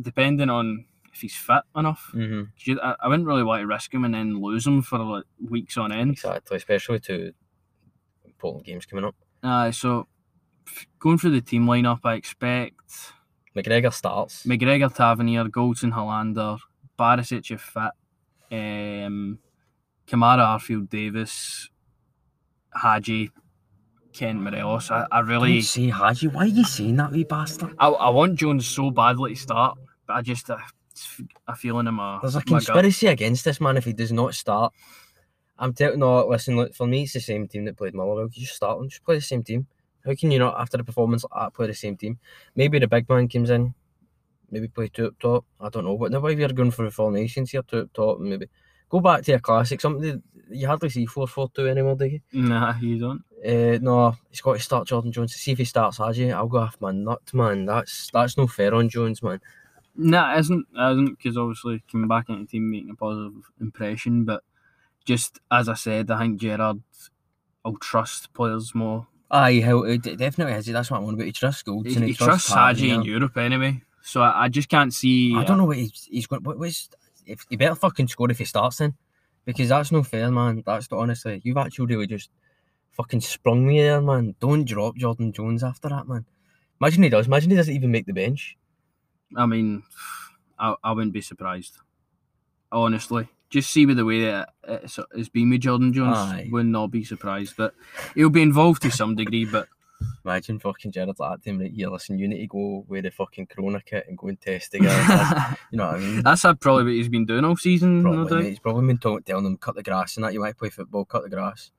Speaker 1: depending on if he's fit enough,
Speaker 2: Mm-hmm.
Speaker 1: 'Cause you- I, I wouldn't really want to risk him and then lose him for like weeks on end.
Speaker 2: Exactly, especially to important games coming up.
Speaker 1: Uh, so f- going through the team lineup, I expect
Speaker 2: McGregor starts.
Speaker 1: McGregor, Tavernier, Goldson, Hollander, Barisic if fit, um, Kamara, Arfield, Davis, Haji, Kent, Morelos. I, I
Speaker 2: Don't
Speaker 1: really,
Speaker 2: say Haji. Why are you saying that, wee bastard?
Speaker 1: I, I want Jones so badly to start, but I just uh, it's f- a feeling in my
Speaker 2: There's a
Speaker 1: Oh my gut.
Speaker 2: conspiracy against this man if he does not start. I'm telling no, listen, look, for me, it's the same team that played Motherwell. You just start them, just play the same team. How can you not, after a performance like that, play the same team? Maybe the big man comes in, maybe play two up top. I don't know. But now, why we are going for the formations here, two up top, and maybe go back to your classic. Something that- you hardly see 4 4 2 anymore, do you?
Speaker 1: Nah, you don't.
Speaker 2: Uh, no, he's got to start Jordan Jones. See if he starts Haji, I'll go off my nut, man. That's that's no fair on Jones, man.
Speaker 1: Nah, it isn't it isn't because obviously coming back into the team making a positive impression, but just as I said, I think Gerard will trust players more.
Speaker 2: Aye, hell, it d- definitely has it. That's what I'm on about. He trusts Golds
Speaker 1: He,
Speaker 2: and
Speaker 1: he trusts Haji in Europe anyway, so I, I just can't see.
Speaker 2: I don't know what he's, he's going. What, what's if he better fucking score if he starts then, because that's no fair, man. That's the, honestly, you've actually really just fucking sprung me there, man. Don't drop Jordan Jones after that, man. Imagine he does. Imagine he doesn't even make the bench.
Speaker 1: I mean, I, I wouldn't be surprised. Honestly, just see with the way that it's, it's been with Jordan Jones,
Speaker 2: Aye.
Speaker 1: would not be surprised. But he'll be involved to some degree. But
Speaker 2: Imagine fucking Gerard's at him right here. Listen, you need to go wear the fucking Corona kit and go and test the guy. you know what I mean?
Speaker 1: that's uh, probably what he's been doing all season.
Speaker 2: Probably,
Speaker 1: Mm, no doubt.
Speaker 2: mate. He's probably been told, telling them cut the grass and that. You might play football, cut the grass.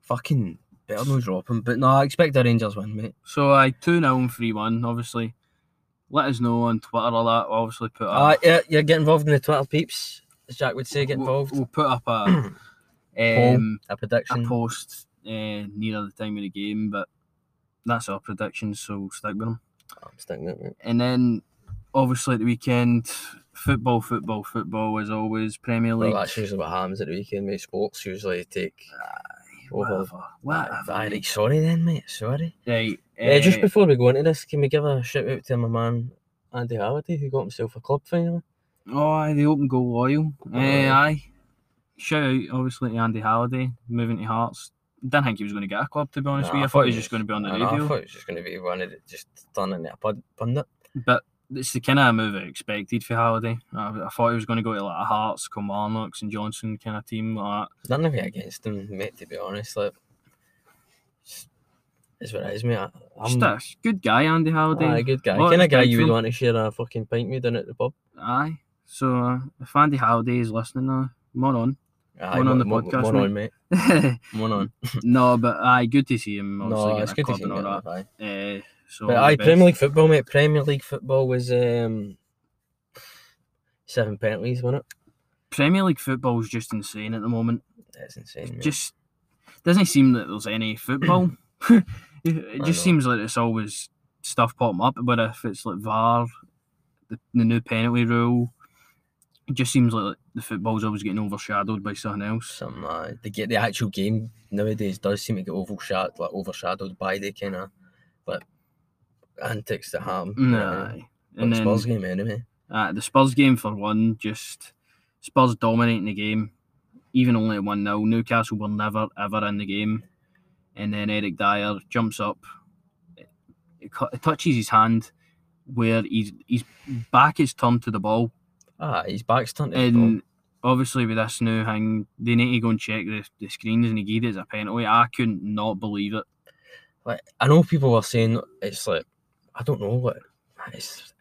Speaker 2: Fucking better no drop him. But no, I expect the Rangers win, mate.
Speaker 1: So I two 0 and three one. Obviously, let us know on Twitter. All that we'll obviously put.
Speaker 2: Uh,
Speaker 1: Up,
Speaker 2: yeah, yeah, get involved in the Twitter peeps, as Jack would say. Get
Speaker 1: we'll-
Speaker 2: involved.
Speaker 1: We'll, put up a um,
Speaker 2: a
Speaker 1: a
Speaker 2: prediction.
Speaker 1: post uh, nearer the time of the game. But that's our predictions. So we'll stick with them.
Speaker 2: I'm sticking it, mate.
Speaker 1: And then, obviously, at the weekend, football, football, football, as always, Premier League.
Speaker 2: Well, that's usually what happens at the weekend, mate. Sports usually take over.
Speaker 1: whatever. whatever.
Speaker 2: Aye, right, sorry then, mate. Sorry.
Speaker 1: Right,
Speaker 2: Yeah, just
Speaker 1: eh,
Speaker 2: before we go into this, can we give a shout out to my man Andy Halliday, who got himself a club finally?
Speaker 1: oh, aye, the open goal loyal. Eh,
Speaker 2: Oh, yeah.
Speaker 1: aye. Shout out, obviously, to Andy Halliday, moving to Hearts. Didn't think he was going to get a club, to be honest with
Speaker 2: Nah,
Speaker 1: you. I thought he was
Speaker 2: was-
Speaker 1: just going to be on the
Speaker 2: I know, I
Speaker 1: radio.
Speaker 2: thought it was just going to be one of the, just done in a pund- pundit.
Speaker 1: But it's the kind of move I expected for Halliday. I, I thought he was going to go to like a Hearts, Kilmarnock, St Johnson kind of team like that.
Speaker 2: There's nothing against him, mate, to be honest. Like, just- it's what it is, mate. I- I'm
Speaker 1: Just a good guy, Andy Halliday.
Speaker 2: aye, a good guy.
Speaker 1: Well,
Speaker 2: kind of
Speaker 1: it's
Speaker 2: guy
Speaker 1: big
Speaker 2: you
Speaker 1: for
Speaker 2: would
Speaker 1: him.
Speaker 2: want to share a fucking pint with down at the pub.
Speaker 1: Aye. So uh, if Andy Halliday is listening now, more on.
Speaker 2: Aye,
Speaker 1: One on
Speaker 2: mo-
Speaker 1: the
Speaker 2: mo-
Speaker 1: podcast,
Speaker 2: One
Speaker 1: mate.
Speaker 2: on, mate. One on.
Speaker 1: no, but aye, good to see him. Obviously
Speaker 2: No,
Speaker 1: getting
Speaker 2: it's
Speaker 1: a
Speaker 2: good to
Speaker 1: club
Speaker 2: see
Speaker 1: and
Speaker 2: him.
Speaker 1: all
Speaker 2: getting
Speaker 1: that.
Speaker 2: it, Aye.
Speaker 1: Eh, so
Speaker 2: But
Speaker 1: all the
Speaker 2: aye,
Speaker 1: best.
Speaker 2: Premier League football, mate. Premier League football was um, seven penalties, wasn't it?
Speaker 1: Premier League football is just insane at the moment.
Speaker 2: That's insane. Mate.
Speaker 1: Just doesn't seem that there's any football. it
Speaker 2: I
Speaker 1: just
Speaker 2: know.
Speaker 1: seems like it's always stuff popping up. But if it's like VAR the, the new penalty rule. It just seems like the football's always getting overshadowed by something else.
Speaker 2: Some uh, the get the actual game nowadays does seem to get overshadowed, like overshadowed by the kind of like antics that happen. you know what I
Speaker 1: Nah.
Speaker 2: mean?
Speaker 1: And
Speaker 2: Like
Speaker 1: then
Speaker 2: Spurs game anyway.
Speaker 1: uh, the Spurs game for one, just Spurs dominating the game, even only at one 0 Newcastle were never ever in the game, and then Eric Dyer jumps up, it, it, cu- it touches his hand, where he's his back is turned to the ball,
Speaker 2: Ah, he's back's turned to the ball.
Speaker 1: and obviously with this new thing, they need to go and check the, the screens, and he gave it as a penalty. I couldn't not believe it.
Speaker 2: like I know people were saying it's like I don't know like it's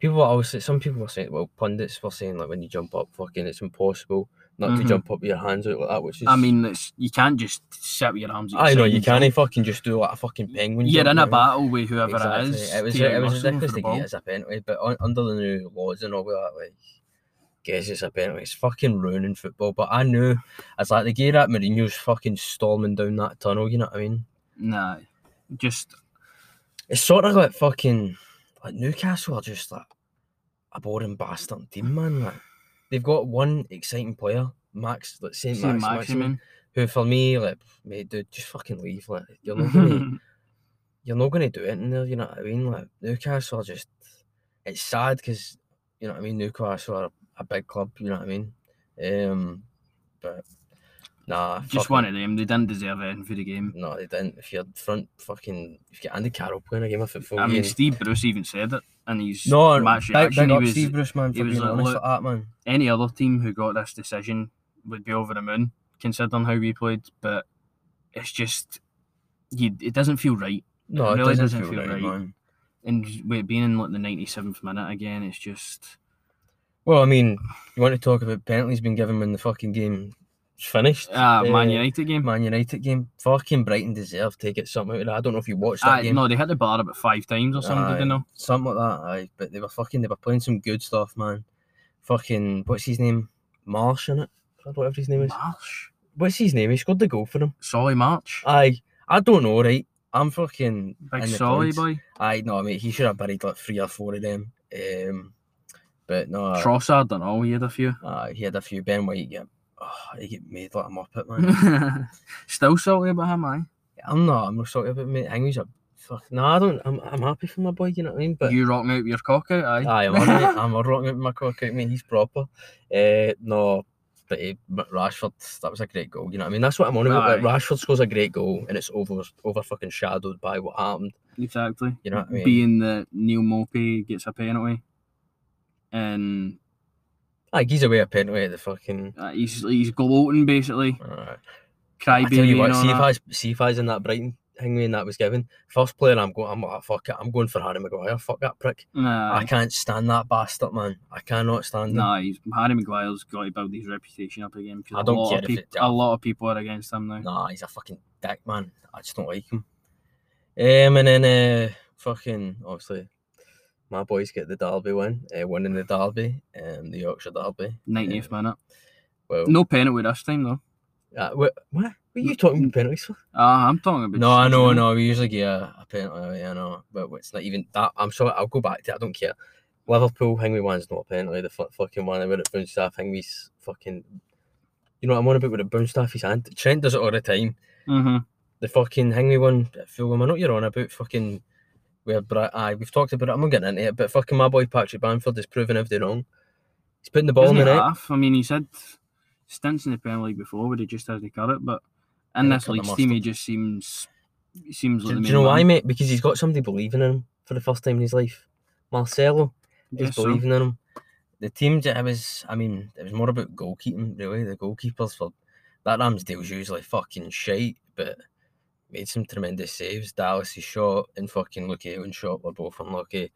Speaker 2: people were always some people were saying well pundits were saying like when you jump up fucking it's impossible not
Speaker 1: Mhm.
Speaker 2: to jump up with your hands out like that which is
Speaker 1: I mean, it's, you can't just sit with your arms. at your
Speaker 2: I know
Speaker 1: side
Speaker 2: you
Speaker 1: and
Speaker 2: can't
Speaker 1: jump.
Speaker 2: fucking just do like a fucking penguin.
Speaker 1: You're
Speaker 2: jump,
Speaker 1: in
Speaker 2: you
Speaker 1: a
Speaker 2: know?
Speaker 1: battle with whoever
Speaker 2: Exactly.
Speaker 1: it is.
Speaker 2: It was
Speaker 1: to get
Speaker 2: it was
Speaker 1: muscle for
Speaker 2: ridiculous
Speaker 1: the
Speaker 2: to
Speaker 1: ball.
Speaker 2: get it as a penalty, but un- under the new laws and all that, like guess it's a penalty. It's fucking ruining football. But I knew it's like the gear at Mourinho's fucking storming down that tunnel. You know what I mean?
Speaker 1: Nah, just
Speaker 2: It's sort of like fucking like Newcastle are just like a boring bastard team, man. Like they've got one exciting player, Max, like Saint
Speaker 1: Saint
Speaker 2: Max, Maximin,
Speaker 1: Maximin.
Speaker 2: who for me, like, mate, dude, just fucking leave. Like you're not gonna, you're not gonna do it in there. You know what I mean? Like Newcastle are just, it's sad because you know what I mean. Newcastle are a big club. You know what I mean? Um, but nah,
Speaker 1: just
Speaker 2: fucking-
Speaker 1: one of them. They didn't deserve anything for the game.
Speaker 2: No, they didn't. If you're front fucking, if you get Andy Carroll playing a game of football,
Speaker 1: I mean,
Speaker 2: you-
Speaker 1: Steve Bruce even said it in his
Speaker 2: No,
Speaker 1: match
Speaker 2: big, big
Speaker 1: reaction.
Speaker 2: up
Speaker 1: he was,
Speaker 2: Steve Bruce, man,
Speaker 1: he
Speaker 2: for
Speaker 1: was
Speaker 2: being
Speaker 1: like,
Speaker 2: honest
Speaker 1: "Look,
Speaker 2: like that, man.
Speaker 1: Any other team who got this decision would be over the moon, considering how we played. But it's just, you, it doesn't feel right.
Speaker 2: No, it,
Speaker 1: really
Speaker 2: doesn't,
Speaker 1: doesn't
Speaker 2: feel,
Speaker 1: feel
Speaker 2: right,
Speaker 1: right.
Speaker 2: man.
Speaker 1: And with it being in like the ninety seventh minute again, it's just
Speaker 2: Well, I mean, you want to talk about penalties being given when the fucking game's finished?
Speaker 1: ah Man
Speaker 2: Uh,
Speaker 1: United game.
Speaker 2: Man United game. Fucking Brighton deserve to get something out of that. I don't know if you watched that
Speaker 1: Ah,
Speaker 2: game.
Speaker 1: no, they hit the bar about five times or something.
Speaker 2: Aye,
Speaker 1: did they know?
Speaker 2: Something like that, aye. But they were fucking, they were playing some good stuff, man. Fucking, what's his name? Marsh, in it? Whatever his name is.
Speaker 1: Marsh,
Speaker 2: What's his name? He scored the goal for them.
Speaker 1: Solly March,
Speaker 2: Aye. I don't know, right? I'm fucking.
Speaker 1: big
Speaker 2: in the
Speaker 1: Solly
Speaker 2: clouds.
Speaker 1: boy.
Speaker 2: I no, mate, he should have buried like three or four of them. Um, but no,
Speaker 1: Trossard and all, he had a few.
Speaker 2: uh, he had a few. Ben White, yeah, oh, he get made like a muppet, man.
Speaker 1: Still salty about him, aye.
Speaker 2: I'm not, I'm not sorry about mate. Henry's a fuck. No, I don't. I'm, I'm happy for my boy. You know what I mean? But
Speaker 1: you rocking out with your cock out, aye.
Speaker 2: aye, I'm alright, I'm all rocking out with my cock out, mate. He's proper. Uh, no, but, eh, but Rashford, that was a great goal. You know what I mean? That's what I'm on about. Like,
Speaker 1: Aye.
Speaker 2: Rashford scores a great goal, and it's over over fucking shadowed by what happened.
Speaker 1: exactly.
Speaker 2: You know what I mean?
Speaker 1: Being that Neil Mopey gets a penalty, and
Speaker 2: Like he's away a penalty at the fucking.
Speaker 1: uh, he's he's gloating basically,
Speaker 2: Alright. I tell
Speaker 1: crybaby
Speaker 2: you
Speaker 1: and
Speaker 2: what,
Speaker 1: all
Speaker 2: see if,
Speaker 1: that.
Speaker 2: I, see if I was in that Brighton hangman that was given. First player I'm going, I'm like, "Ah, fuck it, I'm going for Harry Maguire. Fuck that prick.
Speaker 1: Nah,
Speaker 2: I can't stand that bastard, man. I cannot stand him.
Speaker 1: nah, he's, Harry Maguire's got to build his reputation up again because
Speaker 2: I
Speaker 1: a
Speaker 2: don't
Speaker 1: lot
Speaker 2: care
Speaker 1: of
Speaker 2: if
Speaker 1: people,
Speaker 2: it-
Speaker 1: a lot of people are against him now.
Speaker 2: Nah, he's a fucking dick, man. I just don't like him. Um, and then uh, fucking obviously, my boys get the derby win, uh, winning the derby, um, the Yorkshire derby.
Speaker 1: 90th minute,
Speaker 2: Well,
Speaker 1: no penalty this time though.
Speaker 2: uh, what, what? What are you talking about penalties for?
Speaker 1: Ah, I'm talking about.
Speaker 2: No, I know,
Speaker 1: no.
Speaker 2: I know. We usually get a, a penalty, I know, but it's not even that. I'm sorry, I'll go back to it. I don't care. Liverpool, Hingway one's not a penalty. The fu- fucking one where it bounced off Hingway's fucking. You know what I'm on about with it bounced off his hand? Trent does it all the time.
Speaker 1: hmm
Speaker 2: The fucking Hingway one at Fulham. I know what you're on about fucking. Where Bra- aye, we've talked about it. I'm not getting into it, but fucking my boy Patrick Bamford is proving everything wrong. He's putting the ball
Speaker 1: Isn't
Speaker 2: in
Speaker 1: it
Speaker 2: the net.
Speaker 1: half? I mean, he said stints in the Premier League before, but he just hasn't cut it. But in
Speaker 2: Yeah,
Speaker 1: this
Speaker 2: cut the
Speaker 1: league's team, he just seems he seems like
Speaker 2: Do,
Speaker 1: the
Speaker 2: do
Speaker 1: main
Speaker 2: you know why,
Speaker 1: man.
Speaker 2: mate? Because he's got somebody believing in him for the first time in his life. Marcelo.
Speaker 1: Guess
Speaker 2: is
Speaker 1: so.
Speaker 2: believing in him. The team that I was, I mean, it was more about goalkeeping, really. The goalkeepers for that Ramsdale's usually fucking shite, but made some tremendous saves. Dallas' shot and fucking Luke Owen's shot were both unlucky.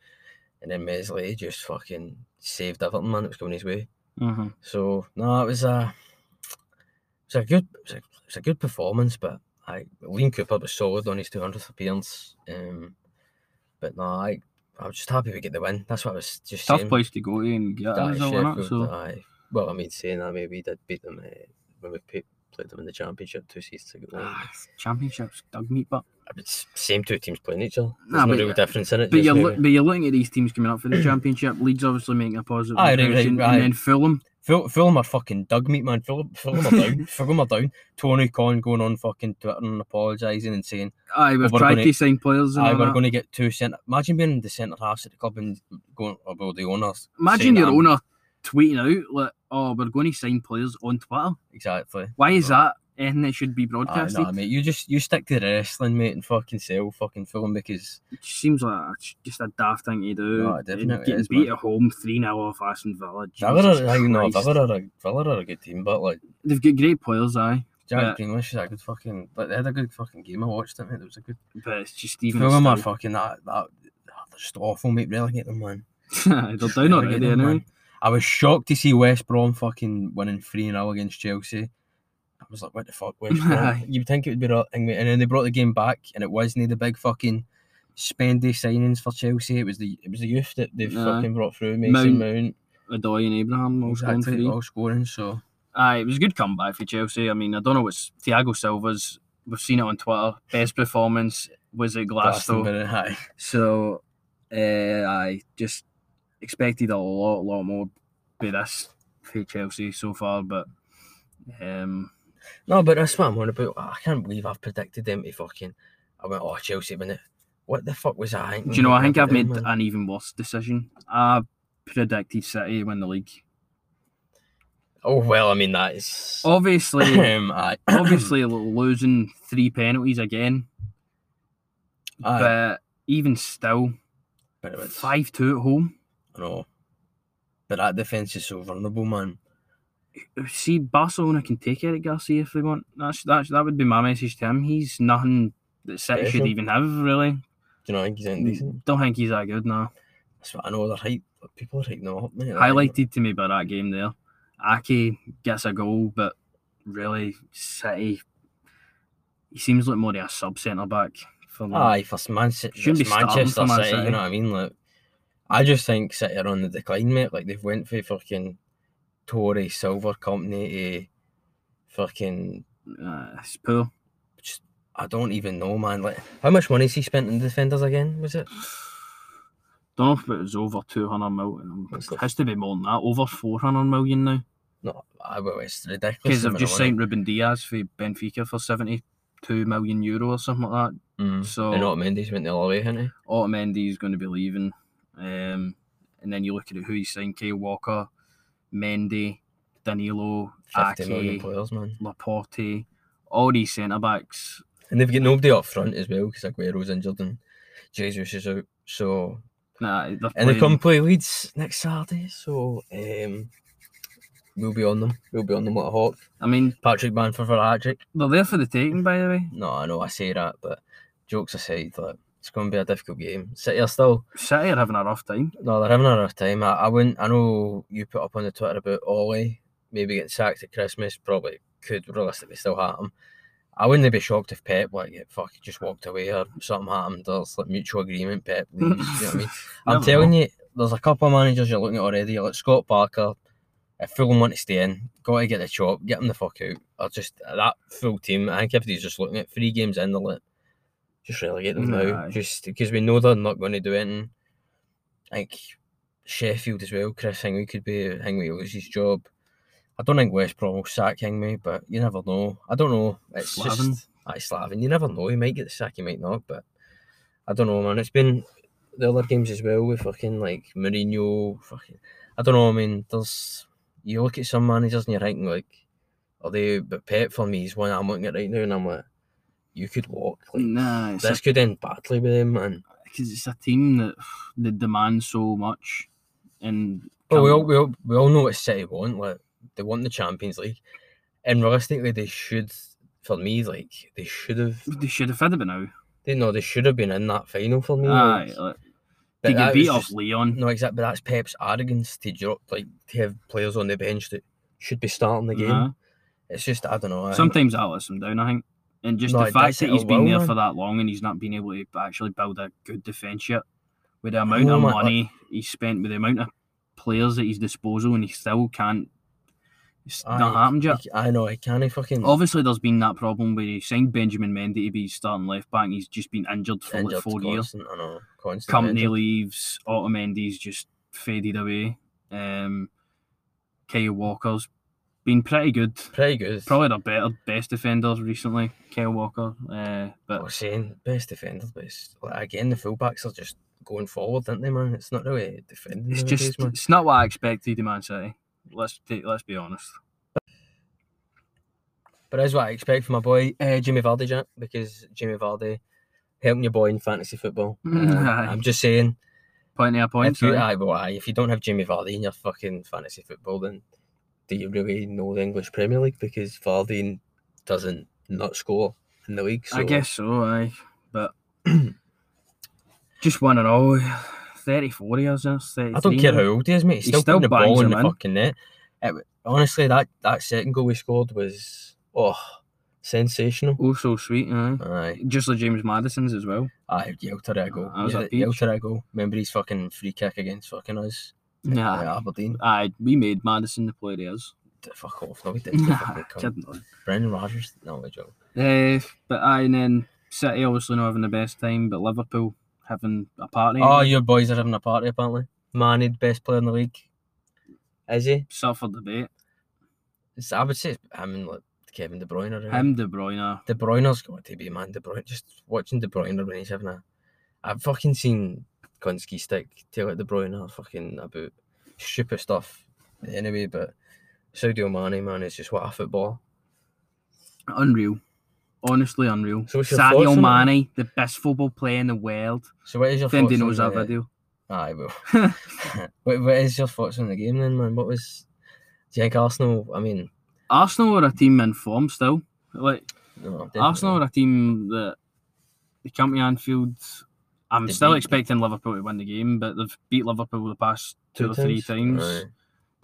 Speaker 2: And then Mesley just fucking saved everything, man. It was going his way.
Speaker 1: Mhm.
Speaker 2: So, no, it was a, it was a good it was a, it was a good performance, but I, Liam Cooper was solid on his 200th appearance. Um, but no, I, I was just happy we get the win. That's what I was just
Speaker 1: Tough
Speaker 2: saying.
Speaker 1: place to go to and get a
Speaker 2: Aye,
Speaker 1: result in it.
Speaker 2: Sheffield,
Speaker 1: So
Speaker 2: aye. Well, I mean, saying that, maybe we did beat them uh, eh, when we played, played them in the championship two seasons ago. eh.
Speaker 1: Ah, championships, dog meat, but
Speaker 2: It's same two teams playing each other. There's
Speaker 1: Nah,
Speaker 2: no
Speaker 1: but-
Speaker 2: real difference in it.
Speaker 1: but
Speaker 2: just
Speaker 1: you're
Speaker 2: maybe.
Speaker 1: look, but you're looking at these teams coming up for the championship. Leeds obviously making a positive
Speaker 2: Aye, right, right,
Speaker 1: impression,
Speaker 2: right.
Speaker 1: and then Fulham.
Speaker 2: Ful- Fulham are fucking dug meat, man. Fulham, Fulham are down. Fulham are down. Tony Conn going on fucking Twitter and apologising and saying,
Speaker 1: Aye,
Speaker 2: Well,
Speaker 1: we've
Speaker 2: Oh, we're
Speaker 1: tried
Speaker 2: gonna-
Speaker 1: to sign players. And
Speaker 2: "I
Speaker 1: all
Speaker 2: we're
Speaker 1: that.
Speaker 2: going to get two centre." Imagine being the centre halves at the club and going, "Oh well, the owners." saying
Speaker 1: Imagine
Speaker 2: that
Speaker 1: your
Speaker 2: I'm-
Speaker 1: owner tweeting out like, "Oh, we're going to sign players on Twitter."
Speaker 2: Exactly.
Speaker 1: Why is
Speaker 2: No.
Speaker 1: that? And it should be
Speaker 2: Aye,
Speaker 1: broadcasted.
Speaker 2: nah, mate. You just you stick to the wrestling, mate, and fucking sell fucking Fulham because
Speaker 1: It just seems like a- it's just a daft thing to do.
Speaker 2: No, it
Speaker 1: And
Speaker 2: definitely
Speaker 1: getting
Speaker 2: is,
Speaker 1: beat
Speaker 2: man.
Speaker 1: at home three 0 off Aston Villa.
Speaker 2: Villa are,
Speaker 1: Jesus
Speaker 2: I know,
Speaker 1: Christ.
Speaker 2: Villa are, a, Villa are a good team, but like
Speaker 1: They've got great players, aye,
Speaker 2: Jack
Speaker 1: Yeah.
Speaker 2: Grealish is a good fucking. Like, they had a good fucking game. I watched it, mate. It was a good.
Speaker 1: but it's just even.
Speaker 2: Fulham are
Speaker 1: still-
Speaker 2: fucking that that. They're just awful, mate. Relegate them, man.
Speaker 1: Aye, They're down
Speaker 2: Relegate
Speaker 1: already
Speaker 2: them,
Speaker 1: anyway.
Speaker 2: man. I was shocked to see West Brom fucking winning 3 0 against Chelsea. I was like, what the fuck, West Brom?
Speaker 1: Aye.
Speaker 2: You'd think it would be that thing, mate. And then they brought the game back, and it wasn't the big fucking spendy signings for Chelsea. It was the it was the youth that they've
Speaker 1: Aye.
Speaker 2: fucking brought through, Mason Mount,
Speaker 1: Adoy and Abraham all scoring
Speaker 2: exactly,
Speaker 1: three.
Speaker 2: all scoring. So
Speaker 1: Aye, it was a good comeback for Chelsea. I mean, I don't know what's Thiago Silva's. We've seen it on Twitter. Best performance was at Glasgow.
Speaker 2: Glastonbury, uh, aye.
Speaker 1: So uh, I just expected a lot, lot more by this for Chelsea so far, but um,
Speaker 2: No, but that's what I'm on about. I can't believe I've predicted them to fucking. I went, oh, Chelsea, minute. What the fuck was I?
Speaker 1: do you know? I think I've made
Speaker 2: Man?
Speaker 1: an even worse decision. I predicted City win the league.
Speaker 2: Oh, well, I mean, that is.
Speaker 1: Obviously,
Speaker 2: um, aye.
Speaker 1: obviously losing three penalties again,
Speaker 2: Aye,
Speaker 1: but even still,
Speaker 2: but it was-
Speaker 1: five two at home.
Speaker 2: I know. But that defence is so vulnerable, man.
Speaker 1: See, Barcelona can take Eric Garcia if they want. That's that's that would be my message to him. He's nothing that City should
Speaker 2: Special.
Speaker 1: even have really.
Speaker 2: Do you know, I think he's
Speaker 1: Mm.
Speaker 2: anything decent.
Speaker 1: Don't think he's that good now.
Speaker 2: That's what I know. They're hype. People are hyping them up, mate.
Speaker 1: highlighted to me by that game there. Aki gets a goal, but really City, he seems like more of a sub centre back for them.
Speaker 2: Aye, for Man City,
Speaker 1: Shouldn't
Speaker 2: it's
Speaker 1: be starting
Speaker 2: Manchester
Speaker 1: for Man
Speaker 2: City, You
Speaker 1: City.
Speaker 2: know what I mean? Like, I just think City are on the decline, mate. Like they've went for fucking Tory Silver Company to fucking.
Speaker 1: Uh, it's poor.
Speaker 2: I don't even know, man. Like, how much money has he spent on defenders again? Was it?
Speaker 1: Don't know if it was over two hundred million.
Speaker 2: It's
Speaker 1: It
Speaker 2: not-
Speaker 1: has to be more than that. Over four hundred million now
Speaker 2: No, I well, it's ridiculous.
Speaker 1: because
Speaker 2: the
Speaker 1: they've just
Speaker 2: amount
Speaker 1: signed Ruben Diaz for Benfica for seventy-two million euro or something like that.
Speaker 2: of money. Mm.
Speaker 1: So
Speaker 2: And not Mendes went the other way, hasn't he?
Speaker 1: Otamendi is going to be leaving. Um, and then you look at who he signed: Kyle Walker, Mendy, Danilo,
Speaker 2: Fifty million
Speaker 1: Ake,
Speaker 2: players, man.
Speaker 1: Laporte, all these centre backs.
Speaker 2: And they've got nobody up front as well because Aguero's injured and Jesus is out. So
Speaker 1: Nah, they're
Speaker 2: and they
Speaker 1: playing-
Speaker 2: come play Leeds next Saturday. So um, we'll be on them. We'll be on them like a hawk.
Speaker 1: I mean,
Speaker 2: Patrick Manford for a hat trick.
Speaker 1: they're there for the taking, by the way.
Speaker 2: No, I know I say that, but jokes aside, like, it's going to be a difficult game. City are still
Speaker 1: City are having a rough time.
Speaker 2: no, they're having a rough time. I, I wouldn't. I know you put up on the Twitter about Ollie maybe getting sacked at Christmas. Probably could realistically still happen. I wouldn't be shocked if Pep like get fuck just walked away or something happened. There's like mutual agreement. Pep leaves. you know what I mean? I'm
Speaker 1: Never
Speaker 2: telling
Speaker 1: know.
Speaker 2: you, there's a couple of managers you're looking at already. Like Scott Parker, if Fulham want to stay in, got to get the chop, get them the fuck out. Or just that full team. I think everybody's just looking at three games in the like, just relegate them now,
Speaker 1: Aye.
Speaker 2: just because we know they're not going to do anything. Like Sheffield as well. Chris Hingley could be Hingley will lose his job. I don't think West Brom will sack Hingley, but you never know. I don't know. It's
Speaker 1: Slaven.
Speaker 2: just aye, Slaven. You never know. He might get the sack. He might not. But I don't know, man. It's been the other games as well with fucking like Mourinho. Fucking, I don't know. I mean, there's you look at some managers and you're thinking like, are they? But Pep for me is one I'm looking at right now, and I'm like, you could walk. Like,
Speaker 1: Nah, it's
Speaker 2: this could end badly with him, man.
Speaker 1: because it's a team that they demand so much, and
Speaker 2: Well, we
Speaker 1: Come
Speaker 2: all,
Speaker 1: on.
Speaker 2: we all we all know what City want. Like they want the Champions League, and realistically, they should. For me, like they should have.
Speaker 1: they should have had it by now.
Speaker 2: They know they should have been in that final for me.
Speaker 1: Aye,
Speaker 2: like,
Speaker 1: like, Ah,
Speaker 2: but
Speaker 1: they
Speaker 2: that
Speaker 1: get
Speaker 2: was
Speaker 1: beat off
Speaker 2: just-
Speaker 1: Leon.
Speaker 2: No, exactly. But that's Pep's arrogance to drop, like to have players on the bench that should be starting the game.
Speaker 1: Nah.
Speaker 2: It's just I don't know. I think-
Speaker 1: Uh-huh. Sometimes that lets him down, I think. And just
Speaker 2: No,
Speaker 1: the
Speaker 2: it
Speaker 1: fact
Speaker 2: does
Speaker 1: that
Speaker 2: it
Speaker 1: he's
Speaker 2: a
Speaker 1: been
Speaker 2: will,
Speaker 1: there
Speaker 2: man.
Speaker 1: for that long and he's not been able to actually build a good defence yet, with the amount
Speaker 2: know,
Speaker 1: of
Speaker 2: mate, like-
Speaker 1: money he's spent, with the amount of players at his disposal, and he still can't It's
Speaker 2: Aye,
Speaker 1: not happened yet.
Speaker 2: He- I know. I can't fucking.
Speaker 1: Obviously, there's been that problem where he signed Benjamin Mendy to be his starting left back, and he's just been injured for
Speaker 2: injured
Speaker 1: like four years.
Speaker 2: constant, I know. Constant
Speaker 1: Company
Speaker 2: injured.
Speaker 1: leaves, Otamendi's just faded away. Um, Kyle Walker's been pretty good.
Speaker 2: Pretty good.
Speaker 1: Probably the better best defenders recently, Kyle Walker. Uh,
Speaker 2: I
Speaker 1: but
Speaker 2: was saying Oh, best defenders, but it's, like, again the fullbacks are just going forward, aren't they, man? It's not really defending.
Speaker 1: it's
Speaker 2: nowadays,
Speaker 1: just
Speaker 2: man.
Speaker 1: it's not what I expected in Man City. Let's take, let's be honest.
Speaker 2: But that's what I expect from my boy uh, Jimmy Vardy, Jack, because Jimmy Vardy helping your boy in fantasy football. Uh,
Speaker 1: Aye.
Speaker 2: I'm just saying,
Speaker 1: Point of points.
Speaker 2: if you,
Speaker 1: aye.
Speaker 2: aye, well, aye, if you don't have Jimmy Vardy in your fucking fantasy football, then do you really know the English Premier League? Because Vardy doesn't not score in the league. So
Speaker 1: I guess so, aye. But just one and all. 34 years now.
Speaker 2: I don't care how old he is, mate. He's
Speaker 1: He
Speaker 2: still,
Speaker 1: still
Speaker 2: putting the
Speaker 1: bangs
Speaker 2: ball in the
Speaker 1: them in.
Speaker 2: fucking net. It w- honestly, that, that second goal we scored was oh sensational.
Speaker 1: Oh, so sweet, aye.
Speaker 2: Aye,
Speaker 1: Just like James Madison's as well.
Speaker 2: aye, Yelter goal.
Speaker 1: I was
Speaker 2: Yeah,
Speaker 1: at beach.
Speaker 2: Yelter goal. Remember his fucking free kick against fucking us.
Speaker 1: Nah.
Speaker 2: at Aberdeen.
Speaker 1: Aye, we made Madison the player he is.
Speaker 2: D- Fuck off, no, we didn't.
Speaker 1: Nah,
Speaker 2: fucking cunt.
Speaker 1: kidding.
Speaker 2: Brendan Rodgers, no, we joke.
Speaker 1: Eh, but aye, and then City obviously not having the best time, but Liverpool having a party.
Speaker 2: Oh, your boys are having a party apparently. Manny, best player in the league. Is he?
Speaker 1: suffered the bait.
Speaker 2: It's, I would say, I mean, like Kevin De Bruyne. Really.
Speaker 1: Him, De Bruyne.
Speaker 2: De Bruyne's got to be man. De Bruyne, just watching De Bruyne when he's having a, I've fucking seen Konski stick tell it De Bruyne fucking about stupid stuff. Anyway, but Sadio Mane, man, is just what a football.
Speaker 1: Unreal. Honestly, unreal.
Speaker 2: So what's your thoughts
Speaker 1: Sadio
Speaker 2: on it?
Speaker 1: Mane, the best football player in the world.
Speaker 2: So what is your
Speaker 1: Then
Speaker 2: thoughts
Speaker 1: knows
Speaker 2: on
Speaker 1: that
Speaker 2: the-
Speaker 1: video.
Speaker 2: Aye, well. what, what is your thoughts on the game then, man? What was? Do you think Arsenal? I mean,
Speaker 1: Arsenal are a team in form still. Like,
Speaker 2: no,
Speaker 1: Arsenal
Speaker 2: definitely.
Speaker 1: are a team that they come to Anfield. I'm
Speaker 2: They
Speaker 1: still
Speaker 2: beat-
Speaker 1: expecting Liverpool to win the game, but they've beat Liverpool the past two, or three times
Speaker 2: Aye.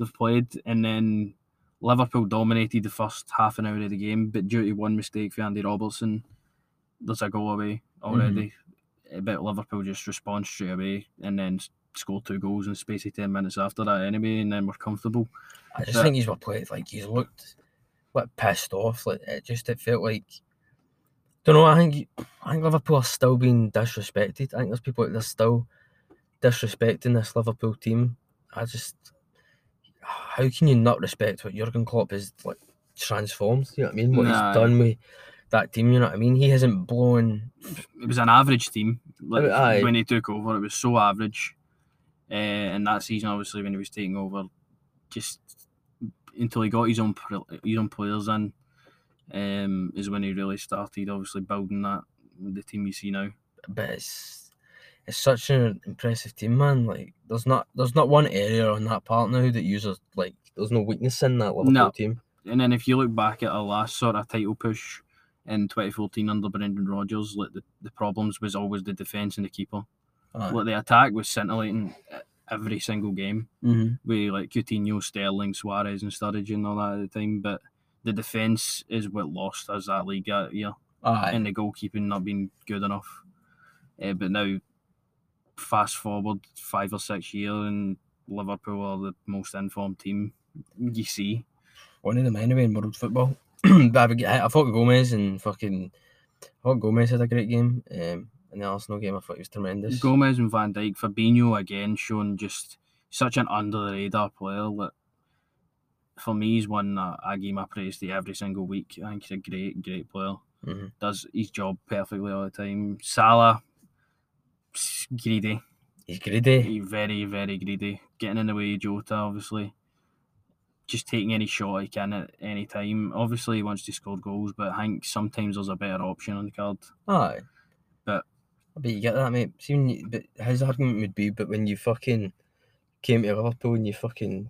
Speaker 1: they've played, and then Liverpool dominated the first half an hour of the game, but due to one mistake for Andy Robertson, there's a goal away already. But Liverpool just respond straight away and then s- score two goals in the space of ten minutes after that anyway, and then we're comfortable.
Speaker 2: I just
Speaker 1: But-
Speaker 2: think he's were played like he's looked like pissed off. Like it just it felt like don't know. I think I think Liverpool are still being disrespected. I think there's people out there still disrespecting this Liverpool team. I just how can you not respect what Jurgen Klopp has like transformed? You know what I mean? What
Speaker 1: Nah.
Speaker 2: he's done with that team. You know what I mean? He hasn't blown
Speaker 1: it was an average team. Like,
Speaker 2: aye.
Speaker 1: when he took over, it was so average. Uh, and that season, obviously, when he was taking over, just until he got his own pl- his own players in, um, is when he really started, obviously, building that the team you see now.
Speaker 2: but it's it's such an impressive team, man. Like there's not there's not one area on that part now that uses like there's no weakness in that Liverpool
Speaker 1: No.
Speaker 2: team.
Speaker 1: And then if you look back at our last sort of title push in 2014 under Brendan Rodgers, like the, the problems was always the defence and the keeper.
Speaker 2: Aye.
Speaker 1: Like the attack was scintillating eh, every single game.
Speaker 2: Mm-hmm.
Speaker 1: with like Coutinho, Sterling, Suarez, and Sturridge and all that at the time. But the defence is what lost us that league that year,
Speaker 2: Aye.
Speaker 1: and the goalkeeping not being good enough. Eh, but now, fast forward five or six years, and Liverpool are the most informed team you see.
Speaker 2: one of them anyway in world football. but I, would get- I thought Gomez and fucking I thought Gomez had a great game. Um, in the Arsenal game, I thought he was tremendous.
Speaker 1: Gomez and Van Dijk, Fabinho again showing just such an under the radar player that for me he's one that I give my praise to every single week. I think he's a great, great player.
Speaker 2: Mhm.
Speaker 1: does his job perfectly all the time. Salah, s- greedy,
Speaker 2: He's greedy.
Speaker 1: He very, very greedy. Getting in the way of Jota, obviously. Just taking any shot he can at any time. Obviously, he wants to score goals, but I think sometimes there's a better option on the card.
Speaker 2: Aye.
Speaker 1: But-
Speaker 2: but you get that, mate. See, when you, but his argument would be, but when you fucking came to Liverpool and you fucking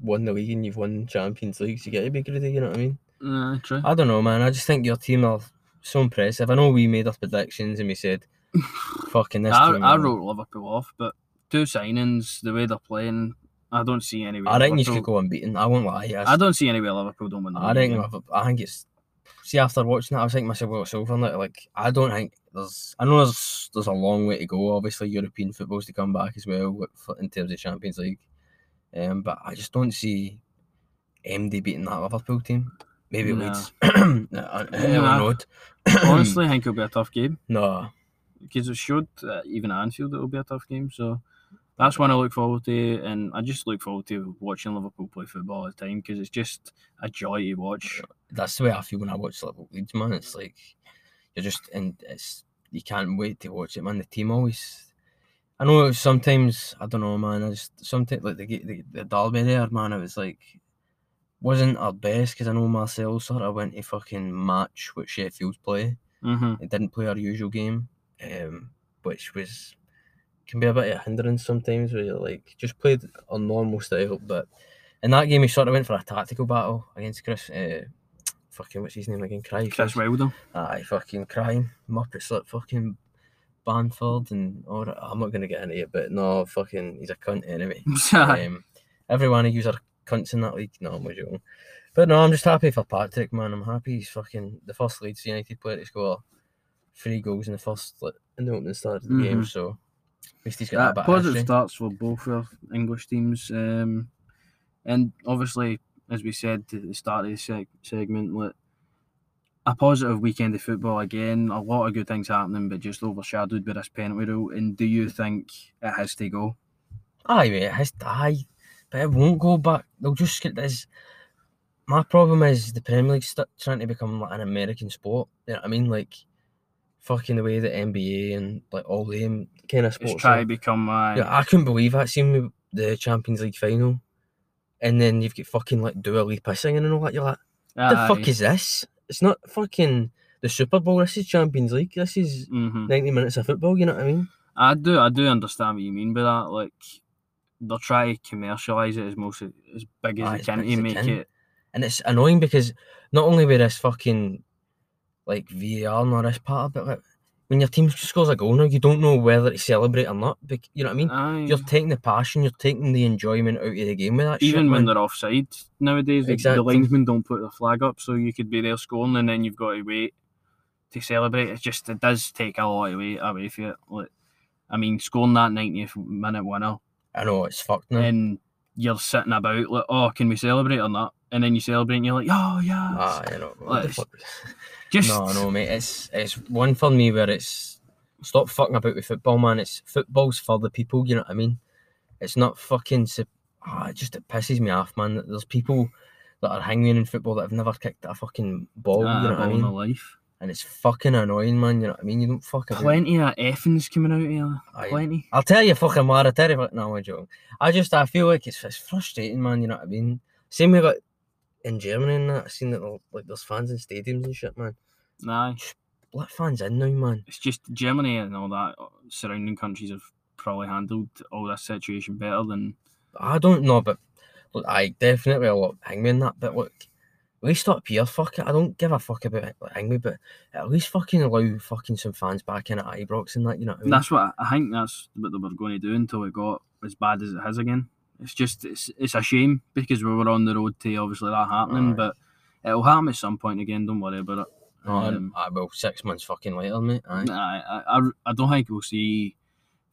Speaker 2: won the league and you've won Champions Leagues, you get to be greedy. You know what I mean?
Speaker 1: Uh, true.
Speaker 2: I don't know, man. I just think your team are so impressive. I know we made our predictions and we said, "Fucking this
Speaker 1: I,
Speaker 2: team."
Speaker 1: I
Speaker 2: man."
Speaker 1: wrote Liverpool off, but two signings, the way they're playing, I don't see any way.
Speaker 2: I reckon you
Speaker 1: Liverpool-
Speaker 2: could go unbeaten. I won't lie. I
Speaker 1: I don't see any way Liverpool don't win. the
Speaker 2: I
Speaker 1: league
Speaker 2: reckon.
Speaker 1: again.
Speaker 2: I've, I think it's. See, after watching that, I was thinking to myself, "Well, it's over now." Like, I don't think there's. I know there's there's a long way to go. Obviously, European football's to come back as well with- for- in terms of Champions League. Um, but I just don't see MD beating that Liverpool team. Maybe uh,
Speaker 1: Nah.
Speaker 2: Leeds. no,
Speaker 1: Nah.
Speaker 2: Road.
Speaker 1: Honestly, I think it'll be a tough game
Speaker 2: no.
Speaker 1: because it showed uh, even at Anfield it'll be a tough game. So that's one I look forward to, and I just look forward to watching Liverpool play football all the time because it's just a joy to watch.
Speaker 2: that's the way I feel when I watch Liverpool Leeds, man. It's like you're just and it's you can't wait to watch it, man. The team always. I know sometimes I don't know, man. I just sometimes like the ge- the, the derby there, man. It was like wasn't our best because I know Marcel sort of went to fucking match with Sheffield's play.
Speaker 1: Mm-hmm.
Speaker 2: It didn't play our usual game, um, which was can be a bit of a hindrance sometimes. Where you're like just played our normal style, but in that game he sort of went for a tactical battle against Chris. Uh, fucking what's his name again? Cry.
Speaker 1: Chris Wilder.
Speaker 2: Aye, fucking crying. Muppet Slip, fucking Banford, and all that. I'm not gonna get into it, but no, fucking, he's a cunt anyway. um, everyone who use are cunts in that league. No, I'm joking. But no, I'm just happy for Patrick, man. I'm happy he's fucking the first Leeds United player to score three goals in the first like, in the opening start of the game.
Speaker 1: Mhm.
Speaker 2: So at least he's
Speaker 1: Uh,
Speaker 2: got Mm-hmm. that, bit of
Speaker 1: positive
Speaker 2: history.
Speaker 1: starts for both our English teams. Um, and obviously, as we said at the start of the seg- segment, like, a positive weekend of football again. A lot of good things happening, but just overshadowed by this penalty rule. And do you think it has to go?
Speaker 2: Aye, mate, it has to- aye, but it won't go back. They'll just get this. My problem is the Premier League's stu- trying to become like an American sport. You know what I mean? Like, fucking the way that NBA and like all them kind of
Speaker 1: It's
Speaker 2: sports.
Speaker 1: try
Speaker 2: are.
Speaker 1: to become my.
Speaker 2: yeah, I couldn't believe that. Seeing the- the Champions League final, and then you've got fucking like Dua Lipa singing and all that. You're like, the fuck is this? It's not fucking the Super Bowl. This is Champions League. This is
Speaker 1: hmm
Speaker 2: ninety minutes of football. You know what I mean?
Speaker 1: I do, I do understand what you mean by that. Like they're trying to commercialise it as most as big as
Speaker 2: Aye,
Speaker 1: they
Speaker 2: as
Speaker 1: can
Speaker 2: big as
Speaker 1: to
Speaker 2: they
Speaker 1: make
Speaker 2: can.
Speaker 1: it.
Speaker 2: And it's annoying because not only with this fucking like VAR and all this part of it, like, when your team scores a goal now, you don't know whether to celebrate or not. bec- You know what I mean?
Speaker 1: Aye.
Speaker 2: You're taking the passion, you're taking the enjoyment out of the game with that shit,
Speaker 1: even when
Speaker 2: man.
Speaker 1: they're offside nowadays, the-
Speaker 2: Exactly.
Speaker 1: the linesmen don't put the flag up, so you could be there scoring, and then you've got to wait to celebrate. It's just it does take a lot away away from it. Like, I mean, scoring that 90th minute winner,
Speaker 2: I know it's fucked now.
Speaker 1: and you're sitting about like, oh, can we celebrate or not? And then you celebrate, and you're like, oh yeah,
Speaker 2: Ah, you know, what the
Speaker 1: it's
Speaker 2: fuck?
Speaker 1: just
Speaker 2: no, no, mate. It's it's one for me where it's stop fucking about with football, man. It's football's for the people. You know what I mean? It's not fucking. sup- Ah, it just it pisses me off, man. that There's people that are hanging in football that have never kicked a fucking ball.
Speaker 1: Ah,
Speaker 2: you know what I
Speaker 1: ball in
Speaker 2: mean?
Speaker 1: the life.
Speaker 2: and it's fucking annoying, man. You know what I mean? You don't fucking.
Speaker 1: Plenty of effings coming out here.
Speaker 2: Aye.
Speaker 1: Plenty.
Speaker 2: I'll tell you, fucking what. I tell you, what- no, I'm joking. I just I feel like it's, it's frustrating, man. You know what I mean? Same way like in Germany and that. I've seen that they'll- like there's fans in stadiums and shit, man.
Speaker 1: Aye.
Speaker 2: Let fans in now, man.
Speaker 1: it's just Germany and all that uh, surrounding countries have probably handled all this situation better than
Speaker 2: I don't know, but look, I definitely a lot hang me in that. But look, at least up here, fuck it. I don't give a fuck about it, like, hang me, but at least fucking allow fucking some fans back in at Ibrox and that. You know what I mean?
Speaker 1: that's what I I think that's what they were going to do until it got as bad as it has again. It's just it's it's a shame because we were on the road to obviously that happening,
Speaker 2: Aye.
Speaker 1: but it'll happen at some point again. Don't worry about it.
Speaker 2: No, I- I, uh, well, six months fucking later, mate. Aye.
Speaker 1: I, I, I- I don't think we'll see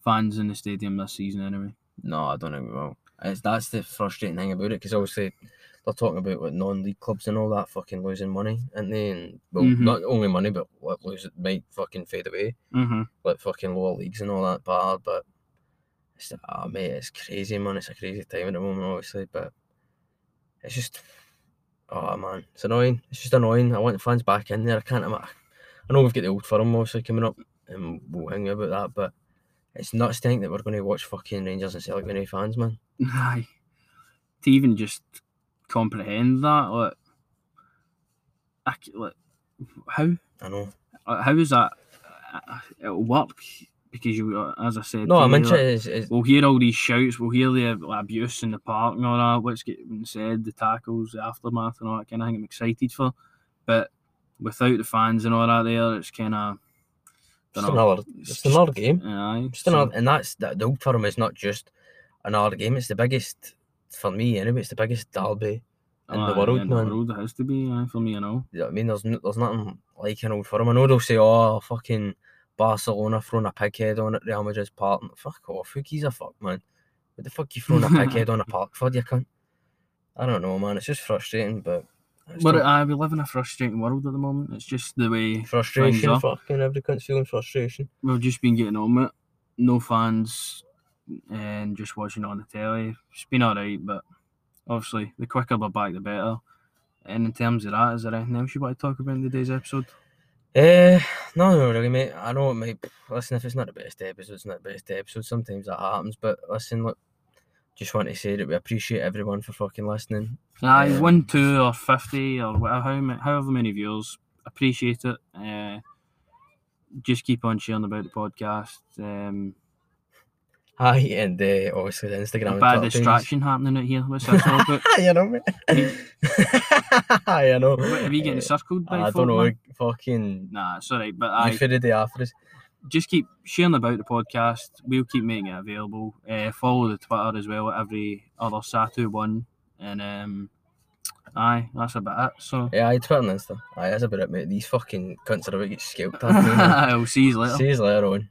Speaker 1: fans in the stadium this season anyway.
Speaker 2: No, I don't think we will. It's, that's the frustrating thing about it because obviously they're talking about like non-league clubs and all that fucking losing money, and then well,
Speaker 1: Mhm.
Speaker 2: not only money but what lose it might fucking fade away,
Speaker 1: hmm
Speaker 2: like fucking lower leagues and all that bad. But it's ah mate, it's crazy, man. It's a crazy time at the moment, obviously, but it's just oh man, it's annoying. It's just annoying. I want the fans back in there. I can't. ima- I know we've got the old firm obviously coming up, and we'll hang about that, but. It's nuts to think that we're going to watch fucking Rangers and Celtic with no fans, man.
Speaker 1: Aye. To even just comprehend that, like, I c like how
Speaker 2: I know.
Speaker 1: Uh, how is that? uh, It'll work because you, uh, as I said,
Speaker 2: No, I'm
Speaker 1: today, like,
Speaker 2: interested. Is, is,
Speaker 1: We'll hear all these shouts. We'll hear the like, abuse in the park and all that. What's getting said, the tackles, the aftermath, and all that kind of thing. I'm excited for, but without the fans and all that, there, it's kind of.
Speaker 2: just another, just another game.
Speaker 1: Aye,
Speaker 2: Just
Speaker 1: so-
Speaker 2: another, and that's the, the old firm is not just another game. It's the biggest for me anyway. It's the biggest derby. in the
Speaker 1: aye,
Speaker 2: world,
Speaker 1: in
Speaker 2: man.
Speaker 1: The world it has to be aye, for me, you know.
Speaker 2: You know what I mean? There's n- there's nothing like an old firm. I know they'll say, "Oh, fucking Barcelona throwing a pig head on at Real Madrid's park." Fuck off. Who gives a fuck, man? What the fuck you throwing a pig head on a park for? You cunt. I don't know, man. It's just frustrating, but it's
Speaker 1: But
Speaker 2: not-
Speaker 1: I we live in a frustrating world at the moment. It's just the way
Speaker 2: frustration.
Speaker 1: up.
Speaker 2: Fucking every cunt's feeling frustration.
Speaker 1: we've just been getting on with. it. No fans, and just watching it on the telly. It's been all right, but obviously the quicker we're back, the better. And in terms of that, is there anything else you want to talk about in today's episode?
Speaker 2: Eh, no, no, really, mate. I know it might. Listen, if it's not the best episode, it's not the best episode. Sometimes that happens, but listen, look, just want to say that we appreciate everyone for fucking listening.
Speaker 1: Aye,
Speaker 2: Um,
Speaker 1: one, two, or fifty, or whatever, how ma- however many views. Appreciate it. Uh, just keep on sharing about the podcast. Um,
Speaker 2: Hi, and uh, obviously the Instagram.
Speaker 1: a
Speaker 2: and
Speaker 1: bad
Speaker 2: Twitter pages.
Speaker 1: distraction happening out here. What's that all about?
Speaker 2: you know, mate. I know.
Speaker 1: What, Are we getting
Speaker 2: Eh,
Speaker 1: circled by?
Speaker 2: I
Speaker 1: folk,
Speaker 2: don't know.
Speaker 1: man?
Speaker 2: Fucking.
Speaker 1: Nah, it's alright. But
Speaker 2: I,
Speaker 1: I
Speaker 2: you for the day after us.
Speaker 1: just keep sharing about the podcast. We'll keep making it available. Uh, follow the Twitter as well. Every other Satu one, and um, aye, that's about it. So
Speaker 2: Yeah, I Eh, Twitter and Insta. Aye, that's about it, mate. These fucking cunts are about to get scalped. aren't they, man?
Speaker 1: I'll see you later.
Speaker 2: See you later on.